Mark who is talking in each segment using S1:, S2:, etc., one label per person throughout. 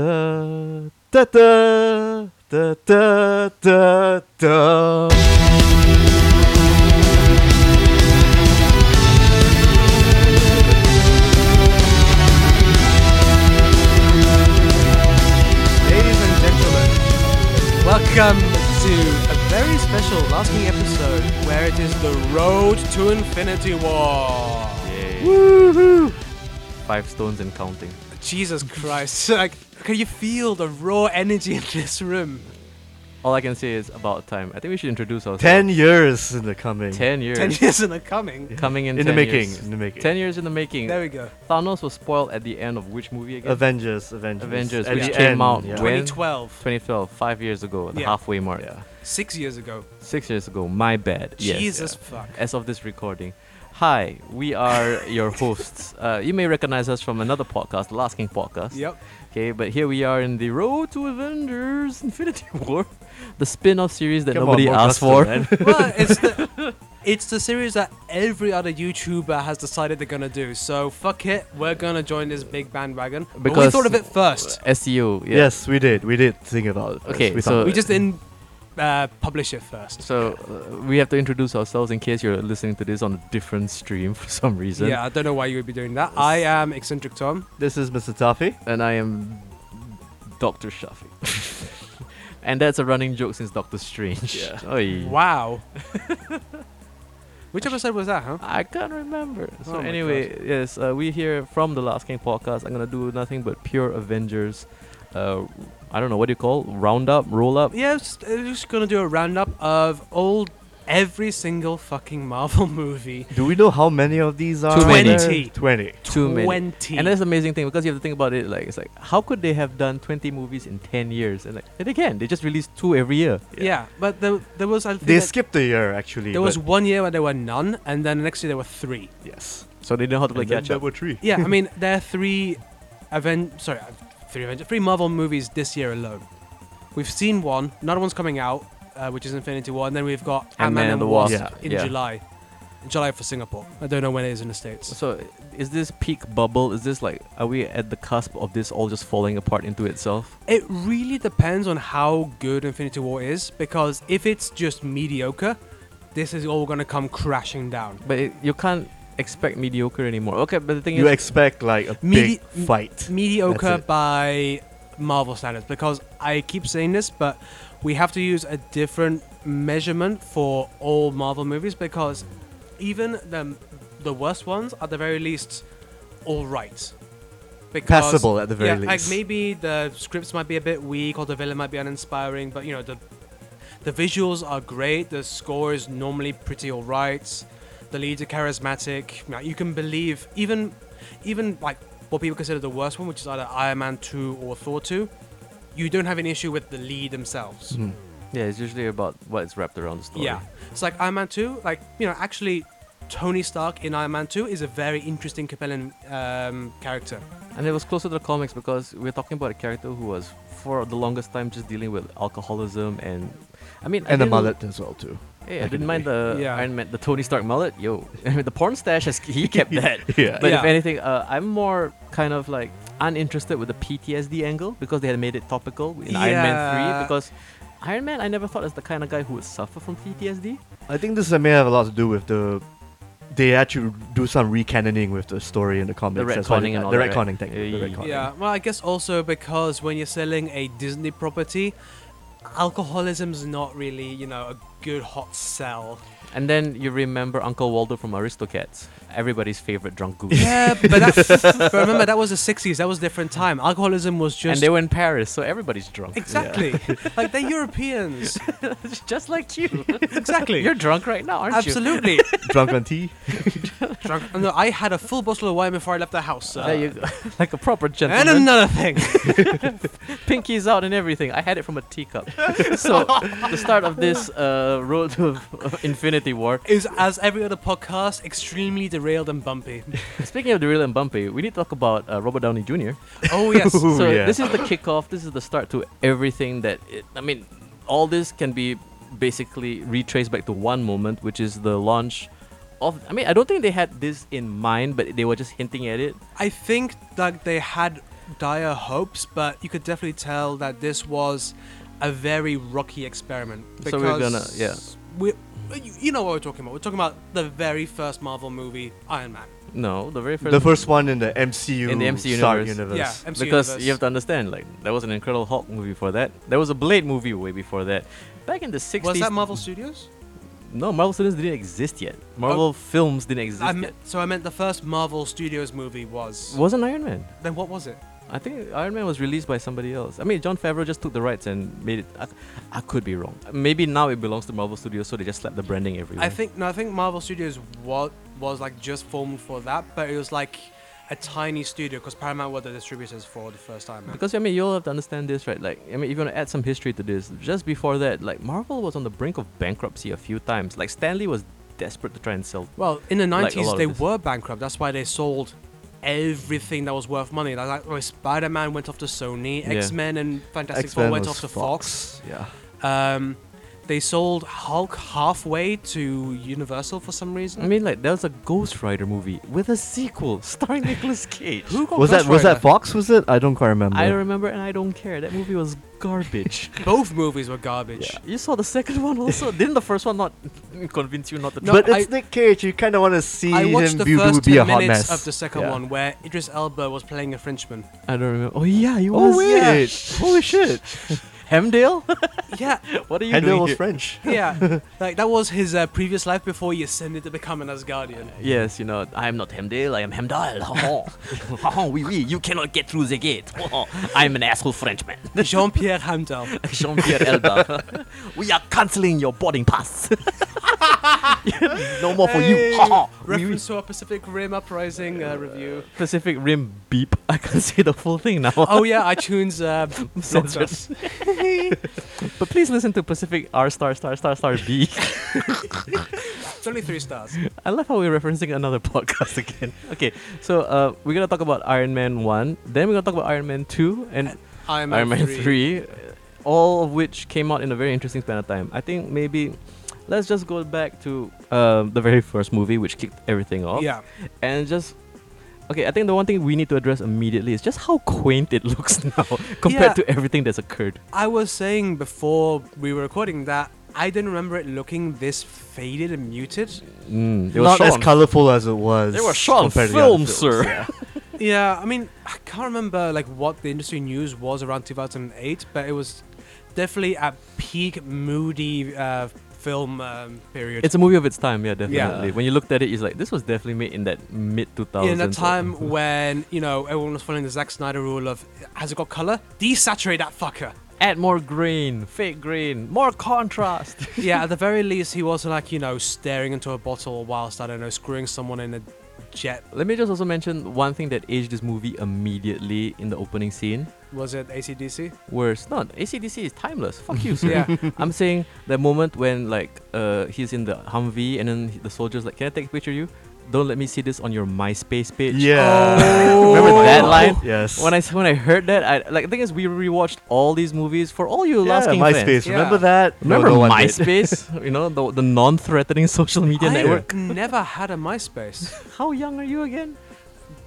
S1: Da, da, da, da, da, da, da.
S2: Ladies and gentlemen, welcome to a very special Last King episode where it is the road to Infinity War.
S1: Woohoo! Five stones and counting.
S2: Jesus Christ! Like, can you feel the raw energy in this room?
S3: All I can say is about time. I think we should introduce ourselves.
S1: Ten years in the coming.
S3: Ten years.
S2: Ten years in the coming.
S3: Coming in
S1: in the
S3: 10
S1: making.
S3: years.
S1: In the making.
S3: Ten years in the making.
S2: There we go.
S3: Thanos was spoiled at the end of which movie again?
S1: Avengers, Avengers.
S3: Avengers,
S1: At
S3: which
S1: the
S3: came
S1: end,
S3: out
S1: yeah.
S3: when-
S2: 2012,
S3: 2012, five years ago, the
S2: Yeah.
S3: halfway mark.
S1: Yeah.
S2: six years ago.
S3: Six years ago, my bad. Yes.
S2: Jesus fuck.
S3: As of this recording. Hi, we are your hosts. Uh, you may recognize us from another podcast, the Last King podcast.
S2: Yep.
S3: Okay, but here we are in the Road to Avengers Infinity War, the spin off series that
S1: Come on,
S3: nobody
S1: more
S3: asked
S1: custom,
S3: for.
S1: man.
S2: well, it's the it's the series that every other YouTuber has decided they're gonna do. So fuck it, we're gonna join this big bandwagon. But we
S3: Because-
S2: thought of it first.
S3: SEO, E yeah.
S1: Yes, we did. We did think about it. first.
S3: Okay,
S1: we
S3: so-
S1: thought-
S2: We just didn't uh, publish it first.
S3: So uh, we have to introduce ourselves in case you're listening to this on a different stream for some reason.
S2: Yeah, I don't know why you would be doing that. I am eccentric Tom.
S1: this is Mr. Taffy.
S3: And I am Doctor Shafi. and that's a running joke since Doctor Strange.
S1: Yeah.
S3: Oi.
S2: Wow. Which episode was that, huh?
S3: I can't remember. So
S2: Oh my
S3: anyway, yes, uh, we here from the Last King podcast. I'm gonna do nothing but pure Avengers. Uh, I don't know what do you call roundup, roll up.
S2: Yeah, it's, it's just gonna do a roundup of all every single fucking Marvel movie.
S1: Do we know how many of these are?
S3: Too many.
S1: there?
S2: 20.
S1: Twenty.
S3: Too many.
S2: Twenty.
S3: And that's the amazing thing because you have to think about it. Like it's like how could they have done 20 movies in 10 years? And like and they can. They just release two every year.
S2: yeah. but there, there was I think
S1: They
S2: that
S1: skipped a year actually.
S2: there was
S1: but-
S2: one year where there were none, and then the next year there were three.
S1: yes.
S3: So they know how to play
S1: And then
S3: catch
S1: there
S3: up.
S1: were three.
S2: Yeah, I mean there are three, Aven- sorry, uh, three Avengers, three Marvel movies this year alone. We've seen one, another one's coming out, uh, which is Infinity War, and then we've got Ant
S3: Ant-Man
S2: Man and the Wasp in
S3: yeah.
S2: July, in July for Singapore. I don't know when it is in the states.
S3: So, is this peak bubble? Is this like, are we at the cusp of this all just falling apart into itself?
S2: It really depends on how good Infinity War is, because if it's just mediocre, this is all gonna come crashing down.
S3: But it, you can't expect mediocre anymore. Okay, but the thing
S1: You
S3: is,
S1: expect like a
S2: Medi-
S1: big fight.
S2: mediocre
S1: That's it.
S2: by Marvel standards because I keep saying this, but we have to use a different measurement for all Marvel movies because even the the worst ones, at the very least, all right. Because,
S1: Passable at the very
S2: yeah,
S1: least.
S2: like maybe the scripts might be a bit weak or the villain might be uninspiring, but you know the the visuals are great. The score is normally pretty alright. The leads are charismatic. Now you can believe even even like what people consider the worst one, which is either Iron Man two or Thor two. You don't have an issue with the lead themselves.
S1: Mhm.
S3: yeah, it's usually about what is wrapped around the story.
S2: Yeah, it's like Iron Man two. Like you know, actually, Tony Stark in Iron Man two is a very interesting, compelling um, character.
S3: And it was closer to the comics because we're talking about a character who was, for the longest time, just dealing with alcoholism and. I mean, I
S1: and a
S3: didn't-
S1: mullet as well too.
S3: Hey, I
S1: back in
S3: didn't
S1: the
S3: mind the
S2: Yeah.
S3: Iron Man, the Tony Stark mullet. Yo, the porn stash, has, he kept that.
S1: Yeah.
S3: But if
S2: Yeah.
S3: anything, uh, I'm more kind of like uninterested with the PTSD angle because they had made it topical in Iron Man
S2: Yeah.
S3: 3. Because Iron Man, I never thought is the kind of guy who would suffer from PTSD.
S1: I think this may have a lot to do with the. They actually do some recanoning with the story in the comics. That's why they-
S3: retconning and all
S1: the
S3: that, right?
S1: retconning technique. the
S3: Yeah,
S1: retconning.
S2: Yeah, well, I guess also because when you're selling a Disney property, alcoholism's not really, you know, a good hot sell.
S3: And then you remember Uncle Waldo from Aristocats, everybody's favorite drunk goose.
S2: Yeah, but, that, but remember that was the '60s. That was a different time. Alcoholism was just
S3: and they were in Paris, so everybody's drunk.
S2: exactly like they're Europeans.
S3: Just like you.
S2: Exactly.
S3: You're drunk right now, aren't you?
S2: Absolutely.
S1: Drunk on tea.
S2: Drunk. No, I had a full bottle of wine before I left the house. sir.
S3: There you go. like a proper
S2: and
S3: gentleman.
S2: another thing.
S3: pinkies out and everything. I had it from a teacup. so the start of this uh, road to Infinity War.
S2: is as every other podcast, extremely derailed and bumpy.
S3: Speaking of the real and bumpy, we need to talk about uh, Robert Downey Jr.
S2: Oh yes.
S1: Ooh,
S3: so
S1: yeah.
S3: this is the kickoff. This is the start to everything that it, I mean. All this can be basically retraced back to one moment, which is the launch of. I mean, I don't think they had this in mind, but they were just hinting at it.
S2: I think that they had dire hopes, but you could definitely tell that this was a very rocky experiment.
S3: So we're gonna- yeah.
S2: We, you- you know what we're talking about. We're talking about the very first Marvel movie, Iron Man.
S3: No, the very first.
S1: The first one in the MCU,
S3: In the MCU
S1: Star
S3: universe.
S1: universe.
S2: Yeah, MCU
S3: because
S2: universe.
S3: you have to understand, like there was an Incredible Hulk movie before that. There was a Blade movie way before that. Back in the sixties.
S2: was that Marvel Studios?
S3: No, Marvel Studios didn't exist yet.
S2: Oh.
S3: Marvel films didn't exist
S2: I
S3: yet.
S2: meant, so I meant the first Marvel Studios movie was.
S3: Wasn't Iron Man?
S2: Then what was it?
S3: I think Iron Man was released by somebody else. I mean, John Favreau just took the rights and made it. I, I could be wrong. Maybe now it belongs to Marvel Studios, so they just slap the branding everywhere.
S2: I think no, I think Marvel Studios was was like just formed for that, but it was like a tiny studio because Paramount were the distributors for the first time.
S3: Because I mean, you all have to understand this, right? Like, I mean, if you want to add some history to this, just before that, like Marvel was on the brink of bankruptcy a few times. Like Stanley was desperate to try and sell.
S2: Well, in the
S3: Like a
S2: nineties,
S3: lot of
S2: they
S3: this.
S2: were bankrupt. That's why they sold everything that was worth money. Like, like Spider Man went off to Sony,
S3: Yeah.
S2: X Men and Fantastic
S1: X-Men
S2: Four went
S1: was
S2: off to Fox.
S1: Yeah.
S2: Um, they sold Hulk halfway to Universal for some reason.
S3: I mean, like there was a Ghost Rider movie with a sequel starring Nicolas Cage.
S2: Who got
S1: was that
S2: Ghost
S1: was that
S2: Rider?
S1: Fox? Was it? I don't quite remember.
S3: I remember and I don't care. That movie was garbage.
S2: Both movies were garbage.
S3: Yeah. You saw the second one also. Didn't the first one not convince you not to?
S2: No,
S3: try?
S1: but it's Nick Cage. You kind of want to see
S2: I watched
S1: him
S2: the
S1: be,
S2: first
S1: be a
S2: 10
S1: hot
S2: minutes
S1: mess.
S2: of the second
S3: Yeah.
S2: one where Idris Elba was playing a Frenchman.
S3: I don't remember. Oh yeah, you
S1: oh
S3: was.
S1: wait! Holy shit!
S3: Yeah. Hemdale.
S2: Yeah,
S3: what are you
S1: And it
S3: doing
S1: was
S3: here?
S1: French.
S2: yeah. like that was his uh, previous life before he ascended to become an Asgardian.
S3: Yes, you know, I am not Hemdale, I am Hemdal. Ha ha. Ha oui, oui, you cannot get through the gate. Ha ha. I am an asshole Frenchman.
S2: Jean Pierre Hamdel.
S3: Jean Pierre Elba. we are cancelling your boarding pass. no more Oh, for you. Ha ha. Oui, oui.
S2: Reference to our Pacific Rim Uprising uh, review.
S3: Pacific Rim beep. I can't say the full thing now.
S2: Oh yeah, iTunes uh, blocked
S3: Censored.
S2: us.
S3: But please listen to Pacific R star star star star B.
S2: It's only three stars.
S3: I love how we're referencing another podcast again. Okay, so uh, we're gonna talk about Iron Man one, then we're gonna talk about Iron Man two, and
S2: Iron Man,
S3: Iron Man 3, uh, all of which came out in a very interesting span of time. I think maybe let's just go back to um, the very first movie, which kicked everything off.
S2: Yeah,
S3: And just. Okay, I think the one thing we need to address immediately is just how quaint it looks now compared
S2: Yeah.
S3: to everything that's occurred.
S2: I was saying before we were recording that I didn't remember it looking this faded and muted.
S3: Mm, it was
S1: Not
S3: shot
S1: as
S3: on-
S1: colorful as it was.
S3: They were shot on
S1: compared to the other
S3: film,
S1: films.
S3: sir.
S2: Yeah, I mean, I can't remember like what the industry news was around 2008, but it was definitely a peak moody uh, film um, period.
S3: It's a movie of its time, yeah, definitely.
S1: Yeah.
S3: When you looked at it, it's like this was definitely made in that mid 2000s.
S2: in a
S3: Mm-hmm.
S2: time when you know everyone was following the Zack Snyder rule of has it got color? Desaturate that fucker.
S3: add more grain, fake grain, more contrast.
S2: yeah, at the very least, he wasn't like you know staring into a bottle whilst I don't know screwing someone in a jet.
S3: Let me just also mention one thing that aged this movie immediately in the opening scene.
S2: Was it ACDC?
S3: Worse, not ACDC is timeless. Fuck you, sir.
S2: Yeah,
S3: I'm saying the moment when like uh, he's in the Humvee and then the soldier's like, "Can I take a picture of you? Don't let me see this on your MySpace page."
S1: Yeah.
S2: Oh.
S1: Remember
S3: that line?
S1: Yes.
S3: When I s- when I heard that, I like the thing is we rewatched all these movies for all you
S1: yeah,
S3: last King
S1: MySpace.
S3: fans.
S2: Yeah.
S1: Remember that? No,
S3: Remember
S1: no one did.
S3: MySpace? you know the the non-threatening social media
S2: I
S3: network.
S2: never had a MySpace.
S3: How young are you again?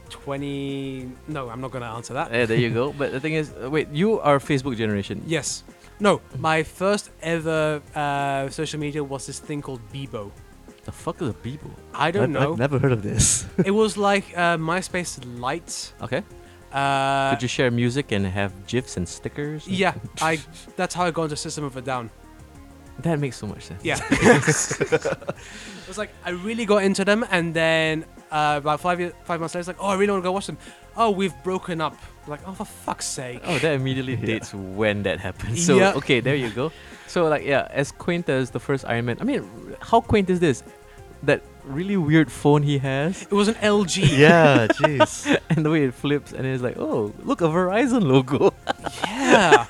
S2: Twenty? No, I'm not gonna answer that.
S3: Yeah, Eh, there you go. But the thing is, uh, wait, you are Facebook generation.
S2: Yes. No, my first ever uh, social media was this thing called Bebo.
S3: The fuck is a Bebo?
S2: I don't
S1: I've,
S2: know.
S1: I've never heard of this.
S2: it was like uh, MySpace Lite.
S3: Okay.
S2: Uh,
S3: Could you share music and have gifs and stickers?
S2: yeah, I. That's how I got into System of a Down.
S3: That makes so much sense.
S2: Yeah. it was like I really got into them, and then uh, about five year, five months later, it's like, oh, I really want to go watch them. Oh, we've broken up. Like, oh, for fuck's sake.
S3: Oh, that immediately
S1: Yeah.
S3: dates when that happened. So
S2: Yeah.
S3: okay, there you go. So like yeah, as quaint as the first Iron Man. I mean, r- how quaint is this? That really weird phone he has,
S2: It was an LG.
S1: yeah. Jeez.
S3: and the way it flips, and it's like, oh, look a Verizon logo.
S2: Yeah.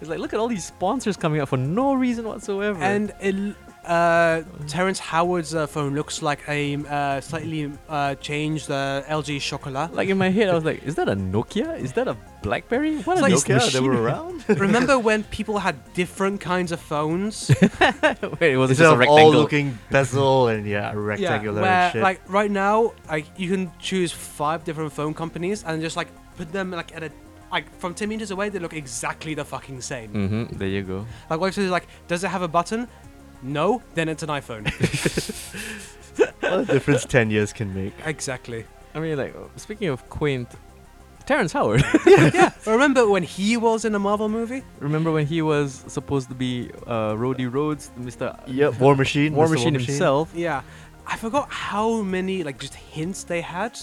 S3: it's like, look at all these sponsors coming up for no reason whatsoever.
S2: And it, uh, Terrence Howard's uh, phone looks like a uh, slightly uh, changed uh, LG Chocolat.
S3: like in my head, I was like, is that a Nokia? Is that a BlackBerry? What
S2: It's
S3: are
S2: like-
S3: these
S1: Nokia, they were
S3: machines?"
S1: around.
S2: Remember when people had different kinds of phones?
S3: Wait, it
S1: Instead
S3: was just a
S1: of all
S3: rectangle.
S1: looking bezel and yeah, rectangular
S2: where,
S1: and shit.
S2: Like right now, like you can choose five different phone companies and just like put them like at a like from 10 meters away they look exactly the fucking same
S1: Mm.
S3: Mm-hmm. There you go.
S2: like what if it's like does it have a button no then it's an iphone
S1: What a difference 10 years can make.
S2: exactly
S3: I mean, like uh, speaking of quaint, Terrence Howard.
S2: yeah remember when he was in a marvel movie
S3: Remember when he was supposed to be uh, Roddy Rhodes, Mr.
S1: Yep, War Machine.
S3: War
S1: Mr.
S3: Machine himself?
S2: yeah i forgot how many like just hints they had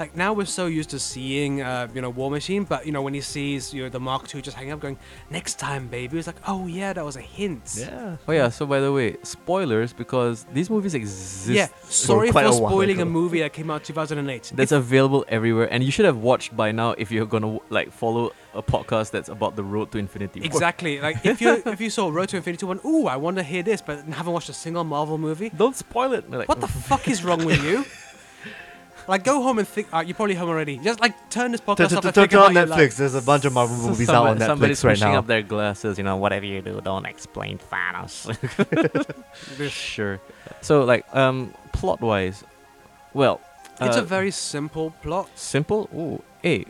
S2: like now we're so used to seeing uh, you know war machine but you know when he sees you know the mark ii just hanging up going next time baby it's like oh yeah that was a hint
S1: Yeah.
S3: Oh yeah. So by the way, spoilers because these movies exist.
S2: yeah sorry
S1: quite
S2: for
S1: a while
S2: spoiling a
S1: ago.
S2: movie that came out 2008
S3: That's available everywhere, and you should have watched by now if you're gonna like follow a podcast that's about the road to infinity. War.
S2: Exactly. Like if you if you saw Road to Infinity one, ooh, I want to hear this, but haven't watched a single Marvel movie.
S3: Don't spoil it. Like,
S2: What the fuck is wrong with you? Like go home and think. Uh, you're probably home already. Just like turn this
S1: Turn
S2: podcast off. and think
S1: turn on
S2: about your
S1: Netflix.
S2: life.
S1: There's a bunch of Marvel
S3: So
S1: movies out
S3: somebody-
S1: on
S3: Somebody's
S1: Netflix right
S3: pushing
S1: now.
S3: up their glasses, you know, whatever you do, don't explain Thanos. sure. So, like, um, plot wise, well,
S2: It's
S3: uh,
S2: a very simple plot.
S3: simple. Ooh, hey,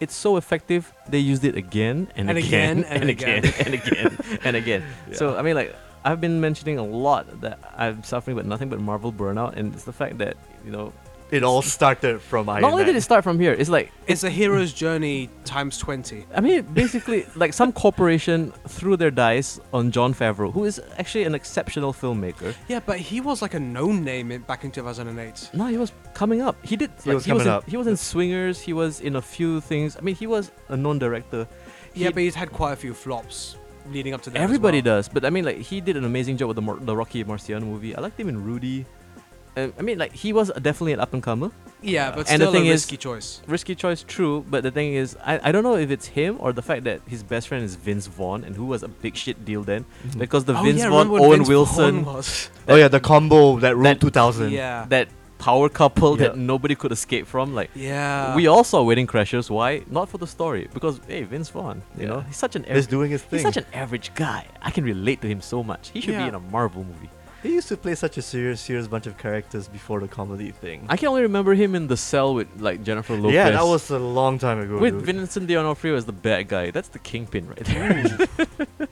S3: it's so effective. They used it again and,
S2: And again, and
S3: and again and again and again. So, I mean, like, I've been mentioning a lot that I'm suffering with nothing but Marvel burnout, and it's the fact that you know,
S1: It all started from Iron
S3: not only
S1: Man.
S3: did it start from here, it's like
S2: It's a hero's journey times twenty.
S3: I mean, basically, like some corporation threw their dice on John Favreau, who is actually an exceptional filmmaker.
S2: Yeah, but he was like a known name in, back in 2008.
S3: No, he was coming up. He did.
S1: He
S3: like,
S1: was
S3: he was
S1: coming
S3: in,
S1: up.
S3: He was in Swingers. He was in a few things. I mean, he was a non-director.
S2: Yeah,
S3: He-
S2: but he's had quite a few flops leading up to that. as
S3: Everybody
S2: well.
S3: does, but I mean, like he did an amazing job with the, Mor- the Rocky Marciano movie. I liked him in Rudy. Um, I mean, like he was definitely an up-and-comer.
S2: Yeah, but still
S3: And the thing
S2: a
S3: is-
S2: risky choice.
S3: Risky choice, true, but the thing is, I, I don't know if it's him or the fact that his best friend is Vince Vaughn, and who was a big shit deal then, because the
S2: oh,
S3: Vince
S2: yeah,
S3: Vaughn
S2: remember when
S3: Owen
S2: Vince
S3: Wilson
S2: Vaughn was.
S1: oh yeah, the combo that ruled
S3: that-
S1: 2000.
S2: Yeah.
S3: that power couple
S1: Yeah.
S3: that nobody could escape from. Like
S2: yeah.
S3: we all saw Wedding Crashers. Why? Not for the story, because hey, Vince Vaughn, you
S1: Yeah.
S3: know, he's such an
S1: He's
S3: average,
S1: doing his
S3: he's
S1: thing.
S3: such an average guy. I can relate to him so much. He should
S2: Yeah.
S3: be in a Marvel movie.
S1: he used to play such a serious, serious bunch of characters before the comedy thing.
S3: I can only remember him in the cell with like Jennifer Lopez.
S1: Yeah, that was a long time ago.
S3: with
S1: dude.
S3: Vincent D'Onofrio as the bad guy. That's the kingpin right there.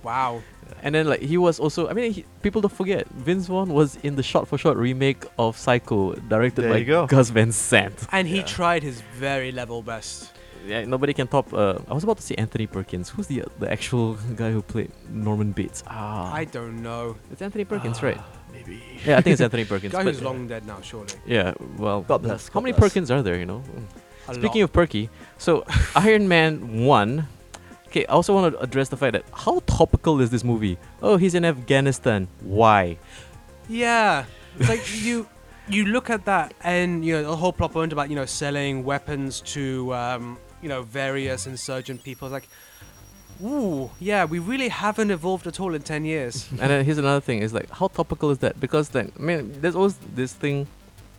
S2: wow.
S3: and then like he was also. I mean, he, people don't forget Vince Vaughn was in the shot-for-shot remake of Psycho, directed
S1: There
S3: by
S1: you go.
S3: Gus Van Sant.
S2: And he
S1: Yeah.
S2: tried his very level best.
S3: Yeah, nobody can top. Uh, I was about to say Anthony Perkins. Who's the the actual guy who played Norman Bates? Ah,
S2: I don't know.
S3: it's Anthony Perkins,
S1: Ah.
S3: right?
S1: Maybe.
S3: Yeah, I think it's Anthony Perkins.
S2: Guy
S3: but-
S2: who's long dead now, surely.
S3: Yeah, well,
S1: God bless,
S3: How
S1: God
S3: many
S1: bless.
S3: Perkins are there? You know.
S2: A
S3: Speaking
S2: lot.
S3: of Perky, so Iron Man one. Okay, I also want to address the fact that how topical is this movie? Oh, he's in Afghanistan. Why?
S2: yeah, It's like you, you look at that, and you know the whole plot point about you know selling weapons to um, you know various insurgent people. It's like, ooh, yeah, we really haven't evolved at all in ten years.
S3: and then here's another thing is like how topical is that because like i mean there's always this thing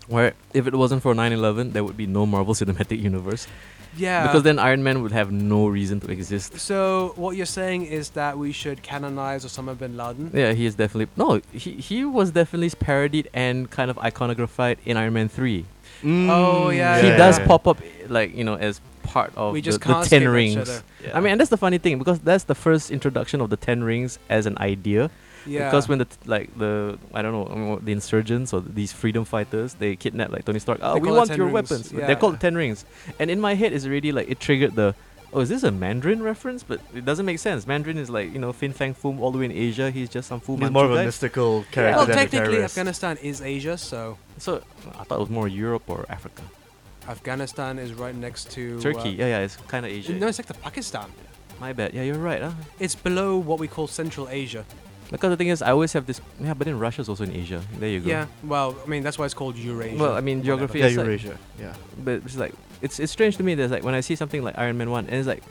S3: where if it wasn't for 9-11 there would be no marvel cinematic universe
S2: Yeah.
S3: because then iron man would have no reason to exist
S2: so what you're saying is that we should canonize Osama bin Laden.
S3: yeah he is definitely no he, he was definitely parodied and kind of iconographied in iron man 3
S2: Oh, yeah,
S3: he
S2: yeah,
S3: does
S2: yeah.
S3: pop up like you know as part of
S2: we
S3: the-
S2: just
S3: the,
S2: can't
S3: ten
S2: escape
S3: rings
S2: each other.
S1: Yeah.
S3: i mean and that's the funny thing because that's the first introduction of the ten rings as an idea
S2: Yeah.
S3: Because when the t- like the I don't know I mean, what- the insurgents or these freedom fighters they kidnap like Tony Stark. Oh,
S2: They
S3: we
S2: call it
S3: want
S2: Ten
S3: your
S2: Rings,
S3: weapons.
S2: yeah.
S3: They're called Ten Rings. And in my head, it's already like it triggered the. Oh, is this a Mandarin reference? But it doesn't make sense. Mandarin is like you know Fin Fang Foom all the way in Asia. He's just some Fu
S1: He's
S3: Manchu
S1: more of a
S3: guy.
S1: mystical character
S2: well,
S1: than a
S2: technically,
S1: terrorist.
S2: Afghanistan is Asia, so
S3: So I thought it was more Europe or Africa.
S2: Afghanistan is right next to uh,
S3: Turkey. Yeah, yeah, it's kind of Asia.
S2: No, it's like the Pakistan.
S3: my bad. Yeah, you're right. Huh?
S2: It's below what we call Central Asia.
S3: Because the thing is, I always have this. Yeah, but then Russia's also in Asia. There you go.
S2: Yeah. Well, I mean that's why it's called Eurasia.
S3: Well, I mean geography.
S1: Yeah,
S3: is like-
S1: Eurasia. Yeah.
S3: but it's like it's it's strange to me that like when I see something like Iron Man one, and it's like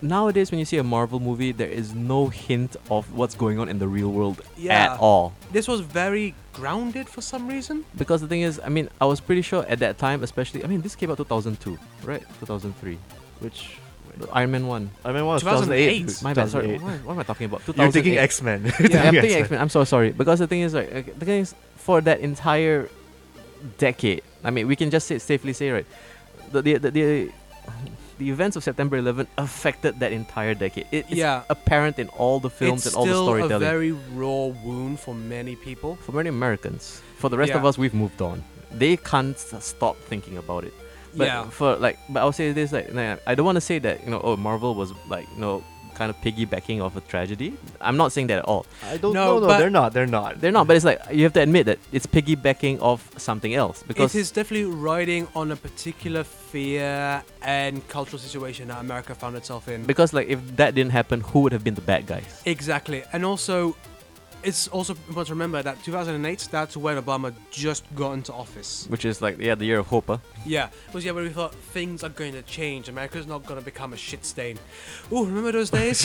S3: nowadays when you see a Marvel movie, there is no hint of what's going on in the real world
S2: Yeah.
S3: at all.
S2: This was very grounded for some reason.
S3: Because the thing is, I mean, I was pretty sure at that time, especially, I mean, this came out 2002, right? 2003,
S1: Which
S3: The Iron Man one.
S1: I mean, what was
S2: 2008?
S1: 2008?
S3: My bad, sorry.
S1: 2008.
S3: What, what am I talking about?
S1: You're thinking
S3: 2008.
S1: X Men.
S3: yeah, I'm thinking X-Men. I'm so sorry because the thing is, like, okay, the thing is, for that entire decade, I mean, we can just say, safely say, right, the the the the, the events of September 11 affected that entire decade. It- it's
S2: Yeah.
S3: apparent in all the films
S2: it's
S3: and all the
S2: still
S3: storytelling.
S2: a very raw wound for many people.
S3: For many Americans, for the rest of
S2: Yeah.
S3: us, we've moved on. They can't s- stop thinking about it. But
S2: yeah,
S3: for like, but I'll say this like, nah, I don't want to say that you know, oh, Marvel was like you know, kind of piggybacking off a tragedy. I'm not saying that at all.
S1: I don't
S2: No,
S1: know. No,
S2: but-
S1: they're not. They're not.
S3: They're not, but it's like you have to admit that it's piggybacking off something else because
S2: it is definitely riding on a particular fear and cultural situation that America found itself in.
S3: because like if that didn't happen, who would have been the bad guys?
S2: Exactly, and also, it's also important to remember that 2008. That's when Obama just got into office.
S3: Which is like yeah, the year of hope. Huh?
S2: Yeah, it was yeah where we thought things are going to change. America's not going to become a shit stain. Ooh, remember those days?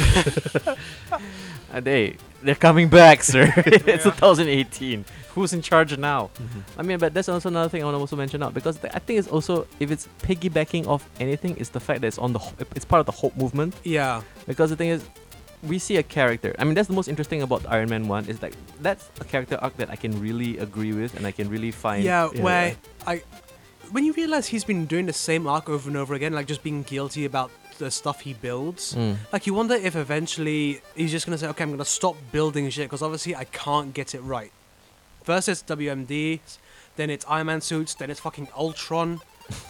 S3: And they they're coming back, sir. it's
S2: Yeah.
S3: 2018. Who's in charge now?
S1: Mhm.
S3: I mean, but that's also another thing I want to also mention out because th- I think it's also if it's piggybacking off anything, it's the fact that it's on the ho- it's part of the hope movement.
S2: yeah,
S3: Because the thing is, we see a character. I mean, that's the most interesting about Iron Man One is like that's a character arc that I can really agree with and I can really find.
S2: yeah,
S1: yeah.
S2: where I, when you realize he's been doing the same arc over and over again, like just being guilty about the stuff he builds.
S3: Mm.
S2: Like you wonder if eventually he's just gonna say, okay, I'm gonna stop building shit because obviously I can't get it right. First it's WMD, then it's Iron Man suits, then it's fucking Ultron.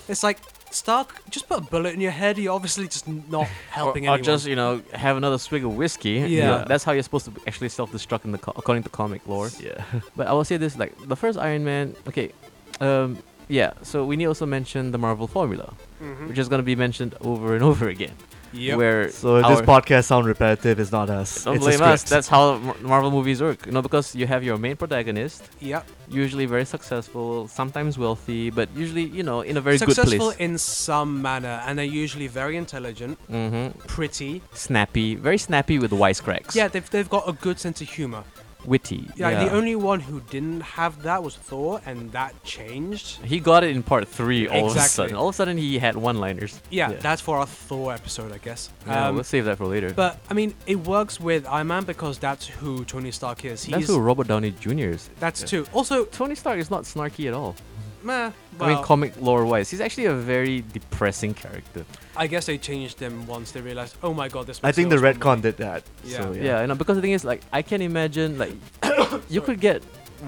S2: It's like Stark, just put a bullet in your head. You're obviously just not
S3: Or,
S2: helping
S3: or
S2: anyone.
S3: just you know have another swig of whiskey. you
S2: Yeah.
S3: know, that's how you're supposed to actually self-destruct in the co- according to comic lore.
S1: Yeah.
S3: But I will say this: like the first Iron Man, okay, um, yeah. So we need to also mention the Marvel formula,
S2: Mhm.
S3: which is going to be mentioned over and over again.
S2: Yep.
S3: Where
S1: So if
S3: our-
S1: this podcast sound repetitive. It's not us.
S3: don't
S1: it's
S3: blame
S1: a
S3: us.
S1: script.
S3: That's how Mar- Marvel movies work. You know, because you have your main protagonist,
S2: Yep.
S3: usually very successful, sometimes wealthy, but usually you know in a very
S2: successful
S3: good place.
S2: in some manner, and they're usually very intelligent,
S3: mm-hmm.
S2: pretty.
S3: Snappy, very snappy with wisecracks.
S2: Yeah, they've, they've got a good sense of humor.
S3: Witty.
S2: Yeah, the only one who didn't have that was Thor, and that changed.
S3: he got it in part three. All of a
S2: Exactly.
S3: sudden, all of a sudden he had one-liners.
S2: Yeah,
S1: Yeah.
S2: that's for our Thor episode, I guess.
S3: Yeah,
S2: Um,
S3: we'll save that for later.
S2: but I mean, it works with Iron Man because that's who Tony Stark is. He's,
S3: that's who Robert Downey Jr. is.
S2: That's
S1: Yeah.
S2: two. Also,
S3: Tony Stark is not snarky at all.
S2: meh,
S3: I
S2: well,
S3: mean, comic lore wise, he's actually a very depressing character.
S2: I guess they changed them once they realized, oh my god, this.
S1: I think the
S2: material's from-
S1: retcon did that. So,
S3: Yeah,
S1: yeah.
S3: you know, because the thing is, like, I can imagine, like, you could get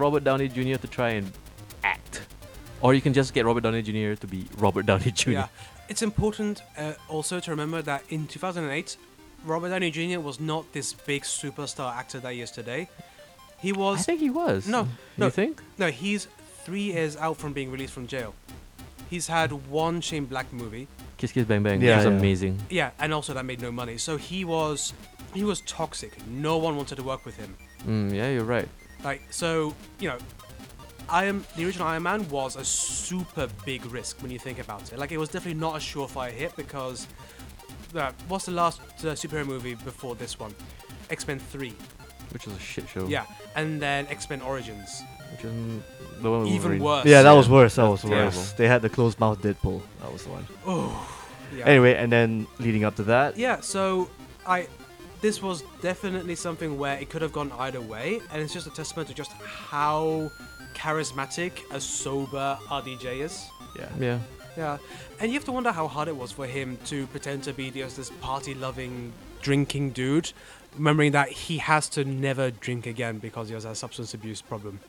S3: Robert Downey Jr. to try and act, or you can just get Robert Downey Jr. to be Robert Downey Jr.
S2: Yeah, it's important uh, also to remember that in 2008, Robert Downey Jr. was not this big superstar actor that he is today. He
S3: I
S2: was
S3: think he was.
S2: No, no.
S3: You think?
S2: no, he's three years out from being released from jail. He's had one Shane Black movie,
S3: Kiss Kiss Bang Bang.
S1: Yeah,
S3: Yeah, was
S1: yeah.
S3: amazing.
S2: yeah, and also that made no money. So he was, he was toxic. No one wanted to work with him.
S3: Mm, yeah, you're right.
S2: Like so, you know, I am the original Iron Man was a super big risk when you think about it. Like it was definitely not a surefire hit because uh, what's the last uh, superhero movie before this one? X Men Three.
S3: Which was a shit show.
S2: Yeah, and then X Men Origins.
S3: Which is mm, the one with
S2: Even
S3: Wolverine.
S2: worse.
S1: Yeah, that was worse. That was
S3: terrible.
S1: worse. They had the closed mouth Deadpool. That was the one.
S2: Oh. Yeah.
S1: Anyway, and then leading up to that,
S2: Yeah. So I. This was definitely something where it could have gone either way, and it's just a testament to just how charismatic a sober RDJ is.
S1: yeah.
S3: Yeah.
S2: Yeah, and you have to wonder how hard it was for him to pretend to be just this party-loving, drinking dude, remembering that he has to never drink again because he has a substance abuse problem.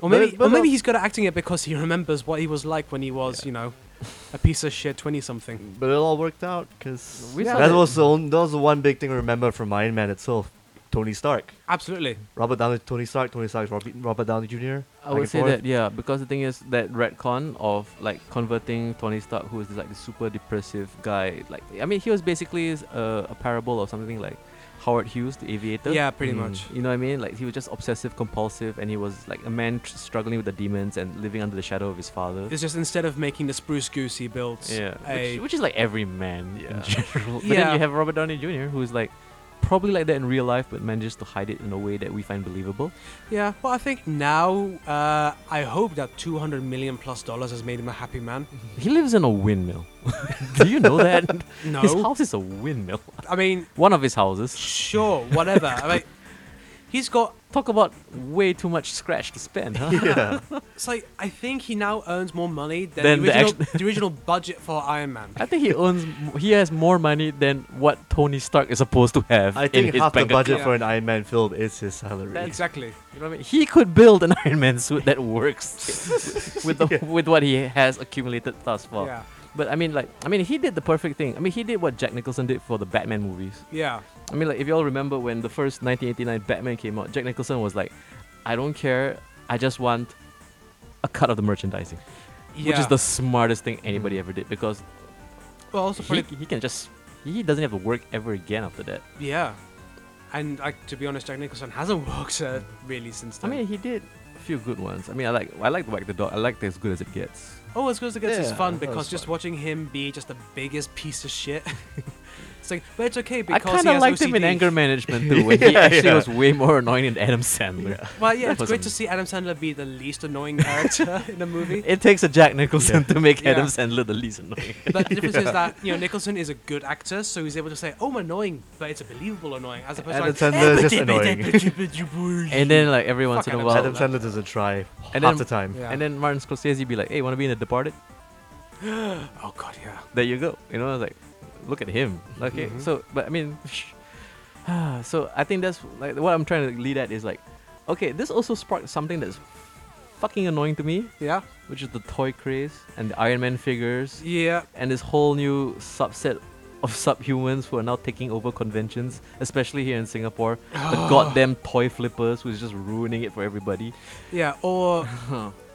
S2: Or
S1: But-
S2: maybe,
S1: but
S2: or maybe
S1: al-
S2: he's good at acting it because he remembers what he was like when he was, you know, a piece of shit twenty-something.
S1: But it all worked out because
S3: We saw
S1: that
S3: that-
S1: was the only, that was the one big thing I remember from Iron Man itself. Tony Stark,
S2: Absolutely.
S1: Robert Downey, Tony Stark, Tony Stark, Robert, Robert Downey Jr.
S3: I
S1: back
S3: would
S1: and
S3: say
S1: forth.
S3: that yeah, because the thing is that retcon of like converting Tony Stark, who is like the super depressive guy. Like I mean, he was basically uh, a parable of something like Howard Hughes, the Aviator.
S2: Yeah, pretty
S1: Mm.
S2: much.
S3: You know what I mean? Like he was just obsessive compulsive, and he was like a man tr- struggling with the demons and living under the shadow of his father.
S2: It's just instead of making the spruce goose, he builds
S3: yeah,
S2: a
S3: which, which is like every man
S1: Yeah.
S3: in general. But then
S2: Yeah.
S3: you have Robert Downey Jr., who is like probably like that in real life, but manages to hide it in a way that we find believable.
S2: Yeah, well, I think now uh, I hope that 200 million plus dollars has made him a happy man.
S1: Mm-hmm.
S3: He lives in a windmill. Do you know that?
S2: No,
S3: His house is a windmill.
S2: I mean,
S3: One of his houses.
S2: sure, whatever. I mean, He's got
S3: Talk about way too much scratch to spend, huh?
S1: yeah.
S2: it's like I think he now earns more money than,
S3: Than
S2: the,
S3: the
S2: original, the original budget for Iron Man.
S3: I think he owns. m- He has more money than what Tony Stark is supposed to have.
S1: I
S3: in
S1: think
S3: his
S1: half the
S3: bank
S1: budget
S3: account.
S1: for an Iron Man film is his salary.
S2: Exactly.
S3: You know what I mean? He could build an Iron Man suit that works with the,
S1: Yeah.
S3: with what he has accumulated thus far.
S2: Yeah.
S3: But I mean, like, I mean, he did the perfect thing. I mean, he did what Jack Nicholson did for the Batman movies.
S2: Yeah.
S3: I mean, like, if y'all remember when the first 1989 Batman came out, Jack Nicholson was like, "I don't care. I just want a cut of the merchandising,"
S2: Yeah.
S3: which is the smartest thing anybody ever did because
S2: well, also
S3: he,
S2: probably,
S3: he can just he doesn't have to work ever again after that.
S2: yeah. And like to be honest, Jack Nicholson hasn't worked uh, really since
S3: I
S2: then.
S3: mean, he did a few good ones. I mean, I like I like Whack the Dog. I like As Good as It Gets.
S2: Oh, as good as it gets is
S1: Yeah,
S2: fun
S1: that was
S2: because just
S1: fun.
S2: watching him be just the biggest piece of shit. it's like, but it's okay
S3: I
S2: because
S3: kind
S2: he
S3: of
S2: has
S3: liked
S2: OCD.
S3: him in Anger Management too, when he
S1: Yeah,
S3: actually
S1: yeah.
S3: was way more annoying than Adam Sandler.
S2: Well, yeah,
S3: That
S2: it's
S3: was
S2: great
S3: am-
S2: to see Adam Sandler be the least annoying character in a movie.
S3: It takes a Jack Nicholson to make
S2: Yeah.
S3: Adam Sandler the least annoying.
S2: But the difference is that you know Nicholson is a good actor, so he's able to say, "Oh, I'm annoying," but it's a believable annoying, as opposed
S1: Adam
S2: to like,
S1: Sandler is just annoying.
S3: and then like every once
S2: Fuck
S3: in a
S2: Adam
S3: while,
S1: Adam Sandler doesn't try
S3: And
S1: half the
S3: then-
S1: time.
S2: Yeah.
S3: and then Martin Scorsese be like, "Hey, want to be in The Departed?
S2: oh god, yeah,
S3: There you go." You know, I was like, look at him. Okay,
S2: Mhm.
S3: so but I mean, so I think that's like what I'm trying to lead at is like, okay, this also sparked something that's fucking annoying to me,
S2: yeah,
S3: which is the toy craze and the Iron Man figures.
S2: yeah.
S3: and this whole new subset of subhumans who are now taking over conventions, especially here in Singapore.
S2: Ah.
S3: The goddamn toy flippers who's just ruining it for everybody.
S2: Yeah, or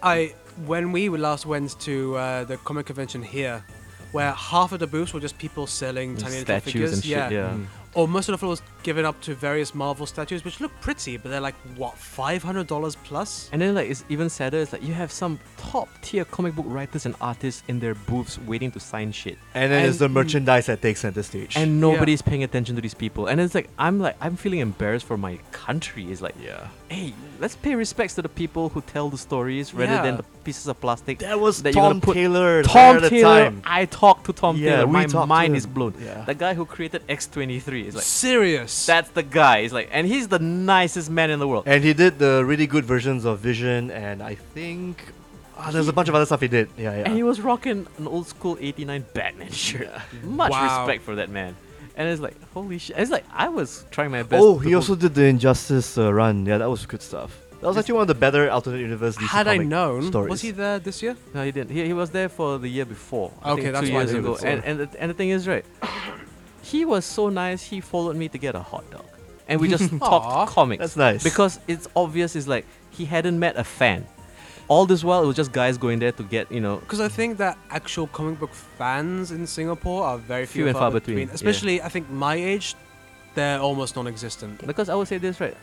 S2: I when we last went to uh, the comic convention here, where half of the booths were just people selling tiny little
S3: Statues
S2: figures,
S3: and shit.
S2: yeah.
S3: Yeah.
S1: Mm.
S2: or most of the floor was given up to various Marvel statues, which look pretty, but they're like what five hundred dollars plus.
S3: And then like it's even sadder. It's like you have some top tier comic book writers and artists in their booths waiting to sign shit,
S1: And then it's the
S2: And-
S1: merchandise that takes center stage.
S3: and nobody's paying attention to these people. And it's like I'm like I'm feeling embarrassed for my country. It's like,
S1: yeah.
S3: hey, let's pay respects to the people who tell the stories rather
S2: Yeah.
S3: than the pieces of plastic
S1: That was
S3: That you're gonna
S1: Tom
S3: put-
S1: Taylor.
S3: Tom
S1: at the
S3: Taylor.
S1: Time.
S3: I talked to Tom
S1: Yeah,
S3: Taylor.
S1: we
S3: My
S1: talked to
S3: mind
S1: him.
S3: is blown.
S1: Yeah.
S3: The guy who created X23 is like
S2: Serious.
S3: that's the guy. Is like and he's the nicest man in the world.
S1: And he did the really good versions of Vision, and I think ah, there's a bunch of other stuff he did. Yeah, yeah.
S3: And he was rocking an old school 89 Batman shirt. Much
S2: Wow.
S3: respect for that man. And it's like, holy shit. It's like I was trying my best.
S1: oh,
S3: to
S1: he
S3: go-
S1: also did the Injustice uh, run. Yeah, that was good stuff. That was
S3: This-
S1: actually one of the better alternate universe. DC
S2: Had I
S1: comic
S2: known,
S1: stories.
S2: was he there this year?
S3: No, he didn't. He, he was there for the year before. I
S2: Okay,
S3: think
S2: that's
S3: two
S2: why I
S3: years
S2: didn't
S3: ago.
S2: before.
S3: And, and the, and the thing is, right? he was so nice. He followed me to get a hot dog, and we just
S2: Aw.
S3: talked comics.
S1: That's nice.
S3: because it's obvious it's like he hadn't met a fan all this while it was just guys going there to get you know
S2: Because I think that actual comic book fans in Singapore are very few, and far between.
S3: yeah.
S2: Especially, I think my age, they're almost non-existent.
S3: because i would say this right